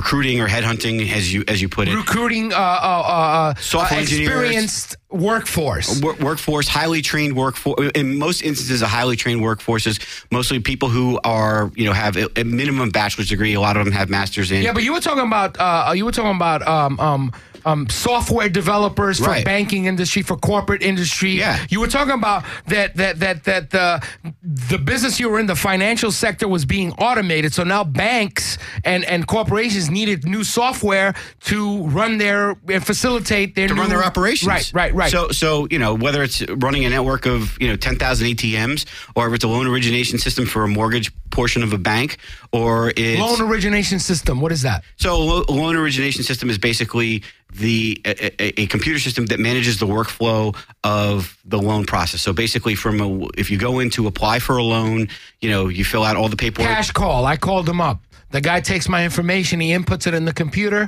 recruiting or headhunting, as you as you put it. recruiting uh uh, uh uh Software engineers. experienced workforce Wor- workforce, highly trained workforce. In most instances, a highly trained workforce is mostly people who are, you know, have a, a minimum bachelor's degree. A lot of them have masters in. yeah but you were talking about uh you were talking about um um um, software developers for Right. banking industry for corporate industry Yeah. you were talking about that that that that the the business you were in the financial sector was being automated so now banks and and corporations needed new software to run their and facilitate their to run new- their operations. right right right So, so you know, whether it's running a network of you know ten thousand ATMs, or if it's a loan origination system for a mortgage portion of a bank, or it's loan origination system what is that So, a lo- a loan origination system is basically the a, a- a computer system that manages the workflow of the loan process. So, basically, from a, if you go in to apply for a loan, you know, you fill out all the paperwork, cash call i called them up the guy takes my information he inputs it in the computer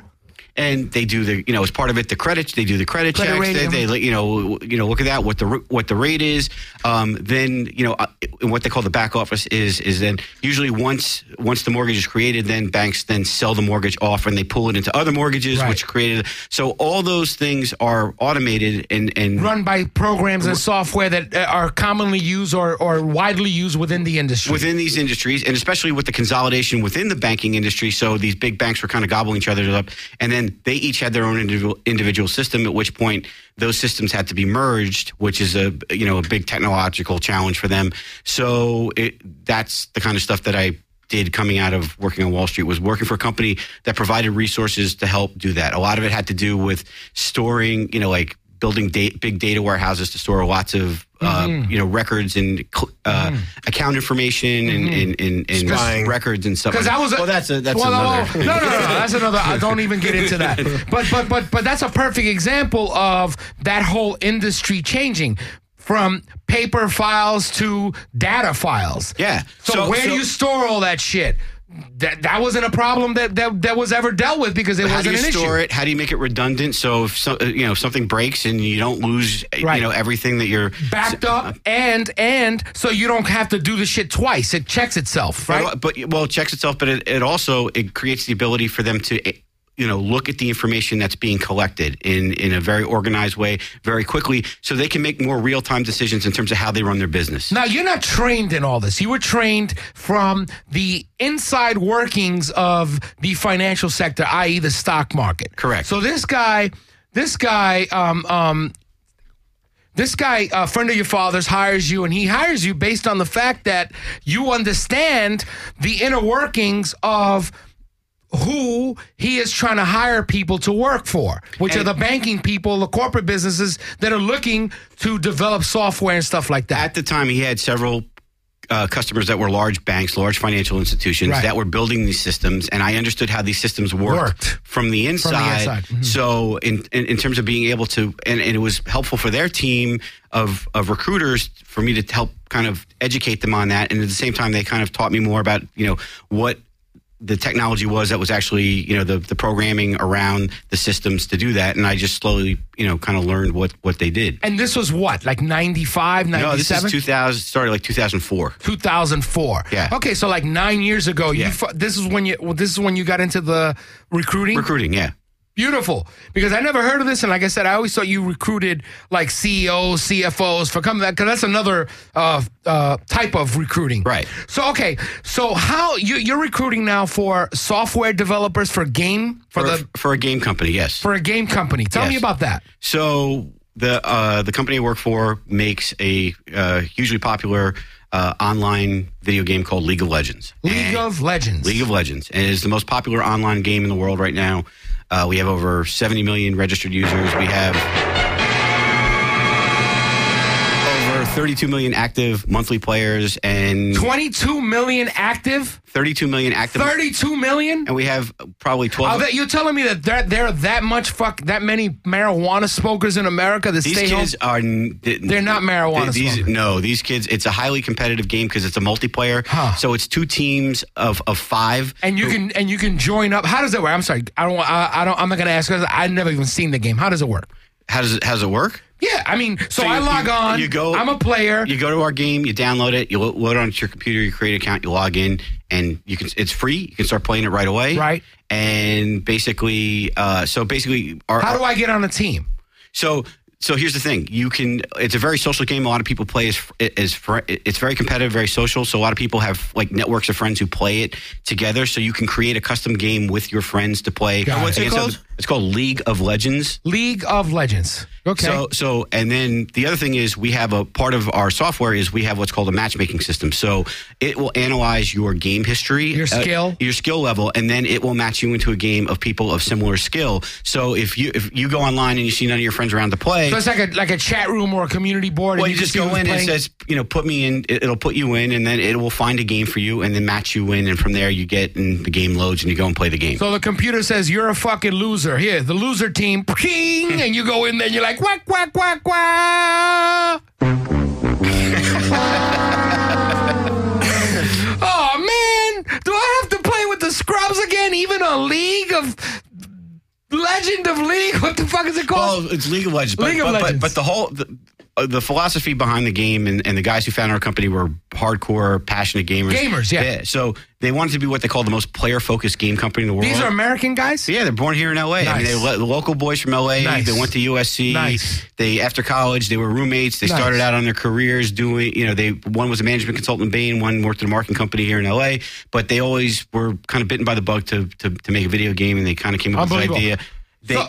and they do the you know as part of it the credit they do the credit, Credit checks rating. they, they you know you know look at that what the r- what the rate is um, then you know uh, what they call the back office is is then usually once once the mortgage is created then banks then sell the mortgage off and they pull it into other mortgages Right. which created so all those things are automated and and run by programs and software that uh, are commonly used or, or widely used within the industry. within these industries, and especially with the consolidation within the banking industry. So these big banks were kind of gobbling each other up, and then they each had their own individual individual system. At which point, those systems had to be merged, which is a you know a big technological challenge for them. So it, that's the kind of stuff that I did coming out of working on Wall Street was working for a company that provided resources to help do that. A lot of it had to do with storing, you know, like building da- big data warehouses to store lots of uh, Mm-hmm. you know records and cl- uh, account information and Mm-hmm. and, and, and Spying. records and stuff. because like I was a, well, that's a, that's Well, another. no, no, no, no, that's another. I don't even get into (laughs) that. But but but but that's a perfect example of that whole industry changing from paper files to data files. Yeah. So, So- where so- do you store all that shit? That that wasn't a problem that that, that was ever dealt with because it How do wasn't you an store issue. it? How do you make it redundant? So if so, uh, you know if something breaks and you don't lose uh, Right. you know everything that you're Backed uh, up and and so you don't have to do the shit twice. It checks itself, right? But, but well, it checks itself, but it, it also it creates the ability for them to eh, you know look at the information that's being collected in in a very organized way, very quickly, so they can make more real time decisions in terms of how they run their business. Now you're not trained in all this. You were trained from the inside workings of the financial sector, i.e., the stock market. Correct. So this guy, this guy, um, um, this guy, a friend of your father's, hires you, and he hires you based on the fact that you understand the inner workings of who he is trying to hire people to work for, which are the banking people, the corporate businesses that are looking to develop software and stuff like that. at the time he had several uh, customers that were large banks, large financial institutions Right. that were building these systems, and I understood how these systems worked, Worked. from the inside. inside, mhm. So, in, in in terms of being able to, and, and it was helpful for their team of of recruiters for me to help kind of educate them on that, and at the same time, they kind of taught me more about you know what the technology was that was actually you know the the programming around the systems to do that, and I just slowly you know kind of learned what what they did. And this was what, like 95, No, this 97? is 2000, started like 2004. 2004. Yeah. Okay, so like 9 years ago, Yeah. you fu- this is when you well, this is when you got into the recruiting. Recruiting, yeah. Beautiful. Because I never heard of this and like I said I always thought you recruited like E CEOs, CFOs for coming back cuz that's another uh, uh, type of recruiting. Right. So okay, so how you you're recruiting now for software developers for game for, For, the for a game company, yes. for a game company. Tell Yes. me about that. so the uh, the company I work for makes a uh, hugely popular uh, online video game called League of Legends. League And- of Legends. League of Legends, and it is the most popular online game in the world right now. Uh, we have over 70 million registered users. We have over 32 million active monthly players and 22 million active? 32 million active. 32 million? And we have probably 12. Oh, that, you're telling me that there, there are that much fuck that many marijuana smokers in America that These stay home? kids are n- th- They're not marijuana These smokers. no, these kids. It's a highly competitive game because it's a multiplayer. Huh. So it's two teams of of five. And you can and you can join up. How does that work? I'm sorry, I don't. I, I don't. I'm not gonna ask because I've never even seen the game. How does it work? How does it, how does it work? Yeah, I mean, so, So I you- log you- on. you go- I'm a player. You go to our game, you download it, you lo- load it onto your computer, you create an account, you log in, and you can. It's free. You can start playing it right away. Right. And basically, uh, so basically, our, How do I get on a team? So so here's the thing: you can. It's a very social game. A lot of people play as as fr- it's very competitive, very social. So a lot of people have like networks of friends who play it together. So you can create a custom game with your friends to play. Got it. What's it against called? other- It's called League of Legends. League of Legends. Okay. So, so, and then the other thing is we have a part of our software is we have what's called a matchmaking system. So it will analyze your game history, uh, Your skill. your skill level, and then it will match you into a game of people of similar skill. So if you if you go online and you see none of your friends around to play, so it's like a like a chat room or a community board. well, and you just see go who's in and it playing? says, you know, put me in. it- It'll put you in, and then it will find a game for you, and then match you in, and from there you get and the game loads, and you go and play the game. So the computer says you're a fucking loser. Here, the loser team, ping, and you go in there and you're like quack quack quack quack. (laughs) oh man, do I have to play with the scrubs again? Even a league of Legend of League? What the fuck is it called? Well, it's League of Legends. But, League of but, Legends. But, but the whole the, uh, the philosophy behind the game and, and the guys who founded our company were hardcore, passionate gamers. Gamers, yeah. So they wanted to be what they call the most player focused game company in the world. These are American guys. yeah, they're born here in LA. I mean, Nice. they lo- local boys from LA. Nice. They went to USC. Nice. They after college, they were roommates. They Nice. started out on their careers doing, you know, they one was a management consultant in Bain, one worked at a marketing company here in LA. But they always were kind of bitten by the bug to to, to make a video game, and they kind of came up with this Unbelievable. idea. They So-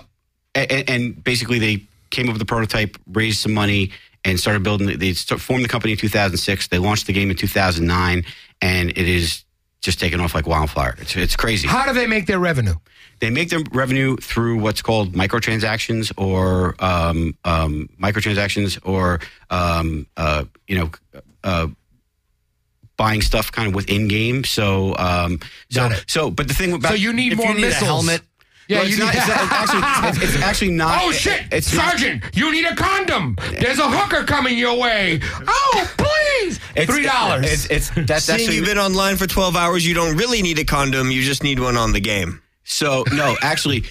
a- a- and basically they came up with a prototype, raised some money, and started building. it. They st- formed the company in 2006. They launched the game in 2009, and it is just taken off like wildfire. It's, it's crazy. How do they make their revenue? They make their revenue through what's called microtransactions or um, um, microtransactions or um, uh, you know uh, buying stuff kind of within game. So um, so Got it. so. But the thing about So you need if more you need missiles. a helmet, Yeah, Well, you it's need. not- (laughs) it's, not- it's actually, it's, it's actually not. Oh Uh, it- shit, It's not- Sergeant! you need a condom. There's a hooker coming your way. Oh please, it's- three dollars. It's, it's that's Seeing actually you've been online for 12 hours, you don't really need a condom. You just need one on the game. So no, actually,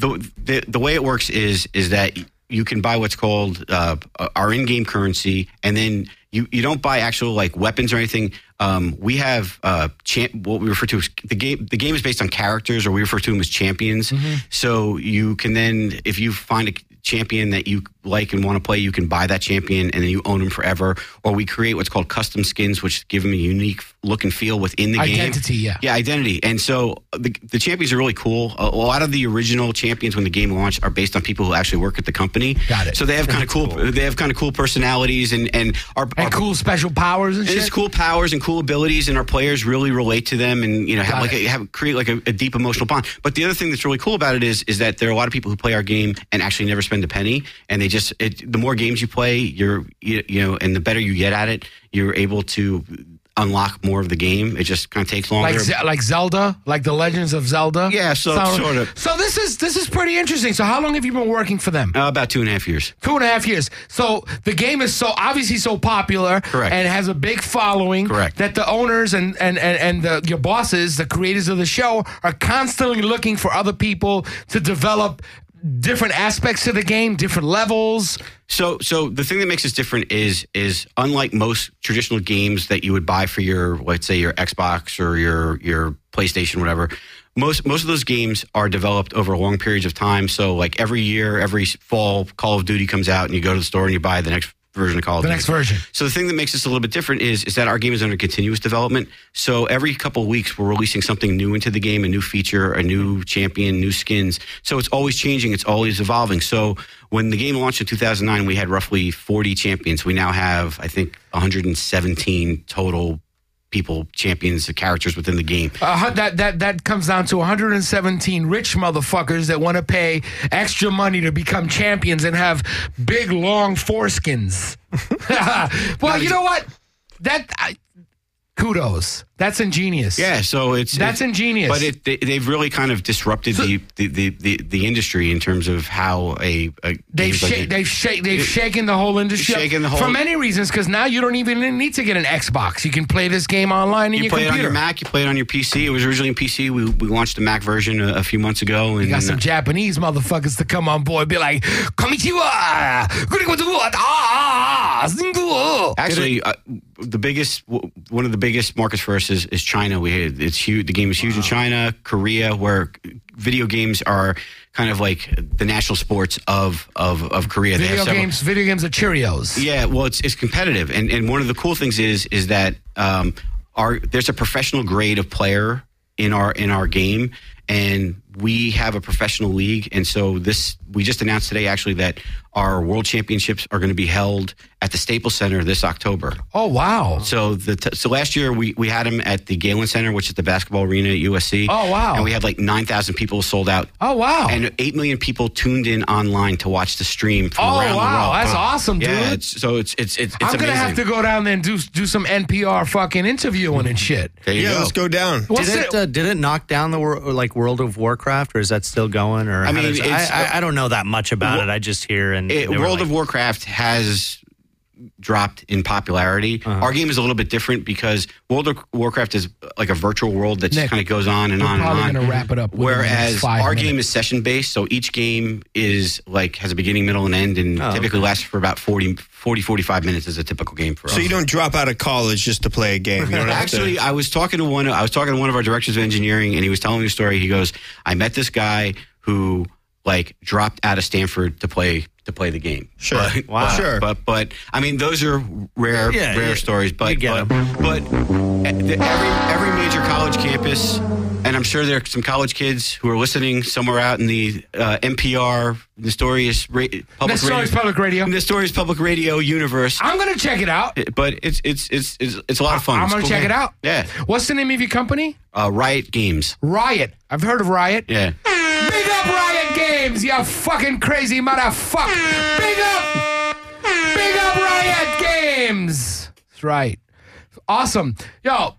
the, the the way it works is is that you can buy what's called uh, our in-game currency, and then you, you don't buy actual like weapons or anything. Um, we have uh, champ, what we refer to as the game. The game is based on characters, or we refer to them as champions. Mm-hmm. So you can then, if you find a champion that you like and want to play, you can buy that champion, and then you own them forever. Or we create what's called custom skins, which give them a unique look and feel within the game. Identity, yeah. Yeah, identity. And so uh, the, the champions are really cool. A, a lot of the original champions when the game launched are based on people who actually work at the company. Got it. So they have kind of cool, They have kind of cool personalities and and our, And our- cool special powers and and shit. it's cool powers and cool abilities, and our players really relate to them, and you know, have Got like it. a, have create like a, a deep emotional bond. But the other thing that's really cool about it is is that there are a lot of people who play our game and actually never spend a penny, and they just it, the more games you play, you're you, you know, and the better you get at it, you're able to unlock more of the game. It just kind of takes longer. Like Ze- like Zelda, like the Legends of Zelda. Yeah, so- sort of. So this is this is pretty interesting. So how long have you been working for them? Uh, about two and a half years. Two and a half years. So the game is so obviously so popular, Correct. and has a big following, Correct. That the owners and and and, and the, your bosses, the creators of the show, are constantly looking for other people to develop different aspects of the game, different levels. So, so the thing that makes us different is is unlike most traditional games that you would buy for your, let's say, your Xbox or your your PlayStation, whatever. Most most of those games are developed over long periods of time. So, like every year, every fall, Call of Duty comes out, and you go to the store and you buy the next version of Call of The Duty. next version. So the thing that makes us a little bit different is is that our game is under continuous development. So every couple of weeks we're releasing something new into the game, a new feature, a new champion, new skins. So it's always changing, it's always evolving. So when the game launched in 2009, we had roughly 40 champions. We now have I think 117 total people, champions, characters within the game. Uh, hu- that that that comes down to 117 rich motherfuckers that want to pay extra money to become champions and have big long foreskins. well, you know what? That I, kudos. That's ingenious. Yeah, so it's That's it's- ingenious. But it, they, they've really kind of disrupted the, the, the, the, the industry in terms of how a, a They've games like sha- it- they've sha- they've shaken the whole industry up shaken the whole- for many reasons because now you don't even need to get an Xbox. You can play this game online in you your play computer. it on your Mac. You play it on your PC. It was originally in PC. We, we launched the Mac version a, a few months ago. And You got some uh, Japanese motherfuckers to come on board, be like, "Konnichiwa, Konnichiwa, ah, ah, ah, zingu." actually, uh, the biggest w- one of the biggest markets for us is, is China. We had- it's huge. The game is huge in China, Korea, where video games are kind of like the national sports of of, of Korea. Video several- games, video games are Cheerios. Yeah, well, it's it's competitive, and and one of the cool things is is that um, our there's a professional grade of player in our in our game, and we have a professional league, and so this we just announced today actually that our world championships are going to be held at the Staples Center this October. Oh wow! So the t- so last year we we had them at the Galen Center, which is the basketball arena at USC. Oh, wow. And we had like nine thousand people sold out. Oh wow! And eight million people tuned in online to watch the stream from oh around the wow! world. Uh, That's awesome, dude. Yeah, it's, so it's it's it's. it's I'm gonna have to amazing. go down there and do do some NPR fucking interviewing and shit. There you yeah, go. let's go down. What's did it? it, uh, did it knock down the wor- like World of Warcraft, or is that still going? Or I how mean, does- it's- I, I, I don't know that much about it. I just hear and they It- were World like- of Warcraft has dropped in popularity. Uh-huh. Our game is a little bit different because World of Warcraft is like a virtual world that Nick, just kind of goes on and we're on and probably on. gonna wrap it up within the next Whereas five our game minutes. is session based, so each game is like has a beginning, middle, and end, and typically lasts for about 40, 40, 45 minutes is a typical game for us. So you don't drop out of college just to play a game. You don't have to- Actually, I was talking to one. I was talking to one of our directors of engineering, and he was telling me a story. He goes, "I met this guy who like dropped out of Stanford to play to play the game." Sure. But, Wow. but- Sure. But but I mean, those are rare Yeah, rare yeah. stories. But You get but, but at the- every every major college campus, and I'm sure there are some college kids who are listening somewhere out in the uh, NPR, Nestorius Ra- Public Nestorius Radio, Public Radio. Nestorius Public Radio universe. I'm gonna check it out. But it's it's it's it's, it's a lot of fun. I'm It's a gonna cool check game. it out. Yeah What's the name of your company? uh, Riot Games. Riot. I've heard of Riot. Yeah. Big up Riot Games, you fucking crazy motherfucker. Big up. Big up Riot Games. That's right. Awesome. Yo,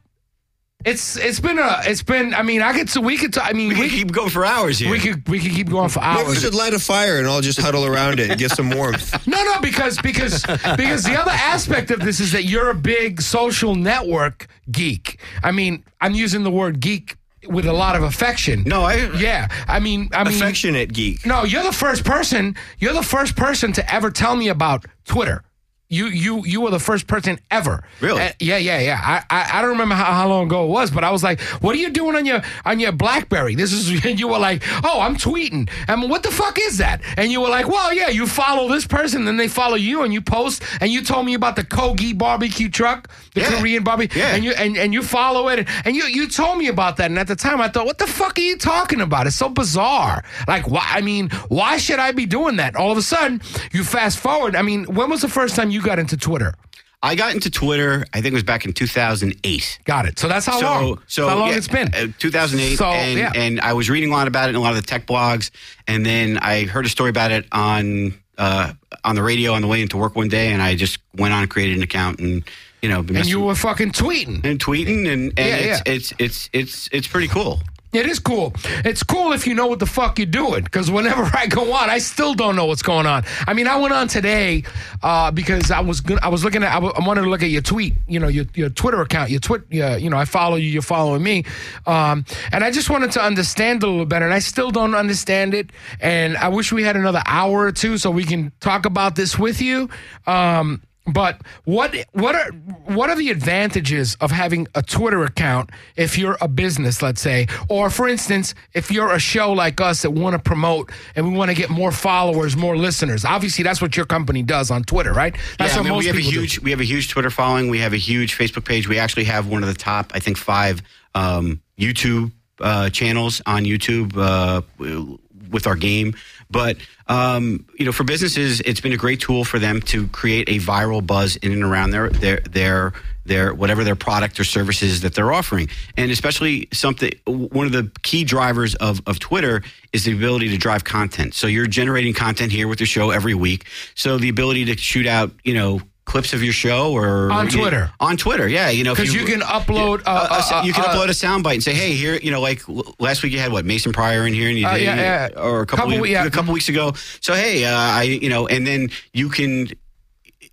it's it's been a it's been I mean, I could so we could t- I mean, We we, keep going for hours here. we could we could keep going for hours. Maybe we should light a fire and all just huddle around it and get some warmth. No, no, because because because the other aspect of this is that you're a big social network geek. I mean, I'm using the word geek with a lot of affection. No, I. Yeah, I mean, I mean, Affectionate geek. No, you're the first person. You're the first person to ever tell me about Twitter. You you you were the first person ever. Really? Uh, yeah, yeah, yeah. I, I I don't remember how, how long ago it was, but I was like, "What are you doing on your on your BlackBerry?" This is (laughs) and you were like, "Oh, I'm tweeting." And what the fuck is that? And you were like, "Well, yeah, you follow this person, then they follow you, and you post, and you told me about the Kogi barbecue truck, the Yeah. Korean barbecue, Yeah. and you and, and you follow it, and you you told me about that, and at the time I thought, what the fuck are you talking about? It's so bizarre. Like, why? I mean, why should I be doing that? All of a sudden, you fast forward. I mean, when was the first time you got into Twitter? I got into Twitter. I think it was back in 2008. Got it. So that's how long. So how long yeah, it's been. uh, 2008. So, and, yeah. and I was reading a lot about it in a lot of the tech blogs, and then I heard a story about it on uh, on the radio on the way into work one day, and I just went on and created an account, and you know, been and you messing- were fucking tweeting. and tweeting, and, and Yeah, it's, yeah. it's it's it's it's pretty cool. It is cool. It's cool if you know what the fuck you're doing. Because whenever (laughs) I go on, I still don't know what's going on. I mean, I went on today uh, because I was gonna, I was looking at I, w- I wanted to look at your tweet, you know, your, your Twitter account, your twit, your, you know, I follow you, you're following me, um, and I just wanted to understand a little better, and I still don't understand it. And I wish we had another hour or two so we can talk about this with you. Um, but what what are what are the advantages of having a Twitter account if you're a business, let's say, or for instance, if you're a show like us that want to promote and we want to get more followers, more listeners? Obviously, that's what your company does on Twitter, right? That's yeah, I what mean, most we have a people do. huge we have a huge Twitter following. We have a huge Facebook page. We actually have one of the top, I think, five um, YouTube uh, channels on YouTube uh, w- with our game. But um, you know, for businesses, it's been a great tool for them to create a viral buzz in and around their their their their whatever their product or services that they're offering, and especially something one of the key drivers of of Twitter is the ability to drive content. So you're generating content here with your show every week. So the ability to shoot out, you know, clips of your show or On Twitter. on Twitter, yeah, you know, if Because you can upload, uh, a- a- uh, uh, you can uh, upload a soundbite and say, "Hey, here, you know, like l- last week you had what Mason Pryor in here, and you Uh, did, yeah, yeah. or a couple, Couple- week- yeah. a couple weeks ago." So, hey, uh, I, you know, and then you can,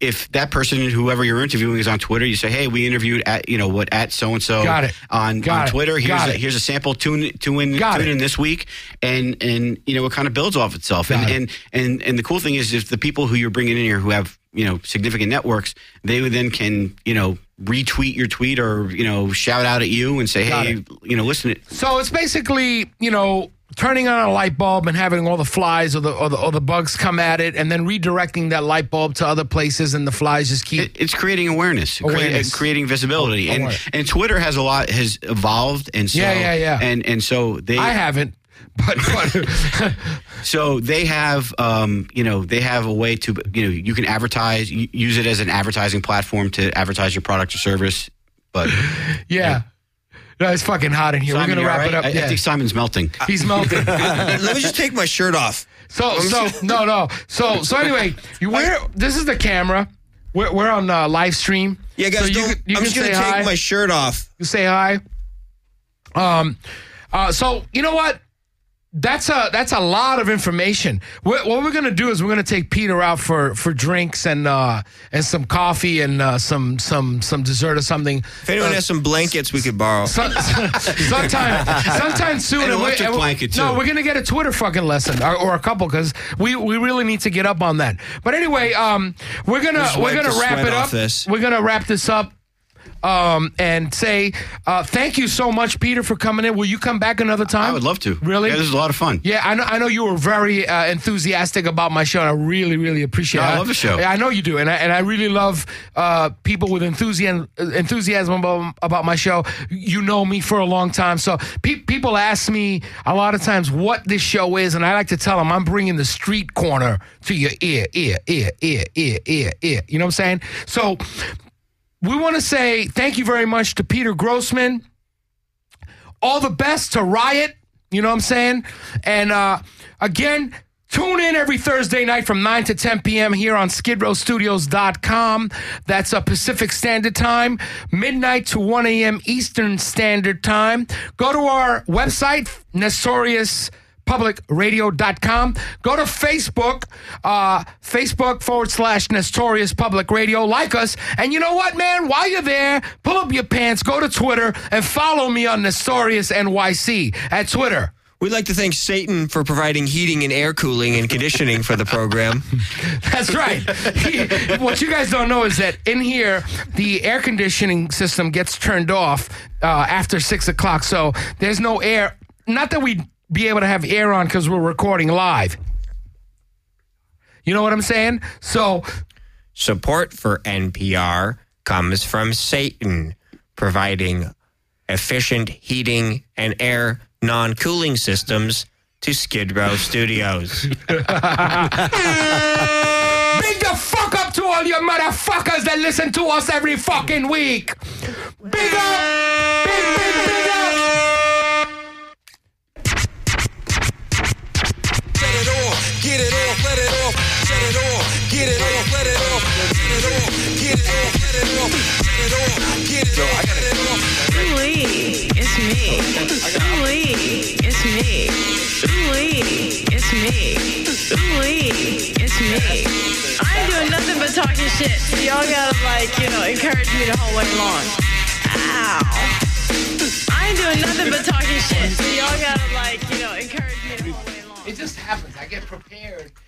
if that person, whoever you're interviewing, is on Twitter, you say, "Hey, we interviewed at, you know, what at so and so Got it. on Got on it. Twitter. Here's Got a, it. here's a sample. Tune tune in, Got tune it. in this week, and and you know, it kind of builds off itself. And, Got it. and and and the cool thing is, if the people who you're bringing in here who have you know significant networks, they would then can you know retweet your tweet or you know shout out at you and say, Got hey, you know, listen. to- So it's basically, you know, turning on a light bulb and having all the flies or the or the, or the bugs come at it, and then redirecting that light bulb to other places, and the flies just keep. It, it's creating awareness, crea- Awareness. creating visibility, and Aware- and Twitter has a lot has evolved, and so Yeah, yeah, yeah. and and so they I haven't, but, (laughs) but So they have, um, you know, they have a way to, you know, you can advertise, y- use it as an advertising platform to advertise your product or service. But Yeah. No, it's fucking hot in here. Simon, We're gonna you all wrap right? it up. I, yeah. I think Simon's melting. He's (laughs) melting. (laughs) Let me just take my shirt off. so so no no. So so anyway, you wear this is the camera. We're, we're on uh, live stream. Yeah, guys, so you don't, can, you I'm can just going say to take hi. my shirt off. you say hi. Um, uh, so you know what? That's a that's a lot of information. What, what we're gonna do is we're gonna take Peter out for for drinks and uh and some coffee and uh, some some some dessert or something. If anyone uh, has some blankets we could borrow. Some, sometime, sometime soon. An and we're- electric and we're- blanket, No, too. we're gonna get a Twitter fucking lesson or, or a couple because we, we really need to get up on that. But anyway, um, we're gonna Just we're wipe gonna the wrap sweat it off up. this. We're gonna wrap this up. Um, and say uh, thank you so much, Peter, for coming in. Will you come back another time? I would love to. Really? Yeah, this is a lot of fun. Yeah, I know. I know you were very uh, enthusiastic about my show, and I really, really appreciate. No, it. I love the show. I know you do, and I, and I really love uh, people with enthusiasm enthusiasm about, about my show. You know me for a long time, so pe- people ask me a lot of times what this show is, and I like to tell them I'm bringing the street corner to your ear, ear, ear, ear, ear, ear, ear. You know what I'm saying? So we want to say thank you very much to Peter Grossman. All the best to Riot. You know what I'm saying? And uh, again, tune in every Thursday night from 9 to 10 p.m. here on skidrowstudios.com. That's a Pacific Standard Time, midnight to 1 a.m. Eastern Standard Time. Go to our website, Nestorius publicradio.com. Go to Facebook, uh, Facebook forward slash Nestorious Public Radio. Like us. And you know what, man? While you're there, pull up your pants, go to Twitter, and follow me on Nestorious NYC at Twitter. We'd like to thank Satan for providing heating and air cooling and conditioning for the program. (laughs) That's right. He- what you guys don't know is that in here, the air conditioning system gets turned off uh, after six o'clock. So there's no air. Not that we'd be able to have air on because we're recording live. You know what I'm saying? So Support for NPR comes from Satan, providing efficient heating and air non cooling systems to Skid Row Studios. big the fuck up to all you motherfuckers that listen to us every fucking week. Big up! Big, big, big up! Set it off, get it off, let it off. Set it off, get it off, let it off. Set it off, get it off, let it off. Set it off, get it off, let it off. Ooh-wee, it's me. Ooh-wee, it's me. Ooh-wee, it's me. Ooh-wee, it's me. I ain't doing nothing but talking shit. So y'all gotta like, you know, encourage me the whole way along. Ow. I ain't doing nothing but talking shit. So y'all gotta like, you know, encourage me the whole way along. It just happens. I get prepared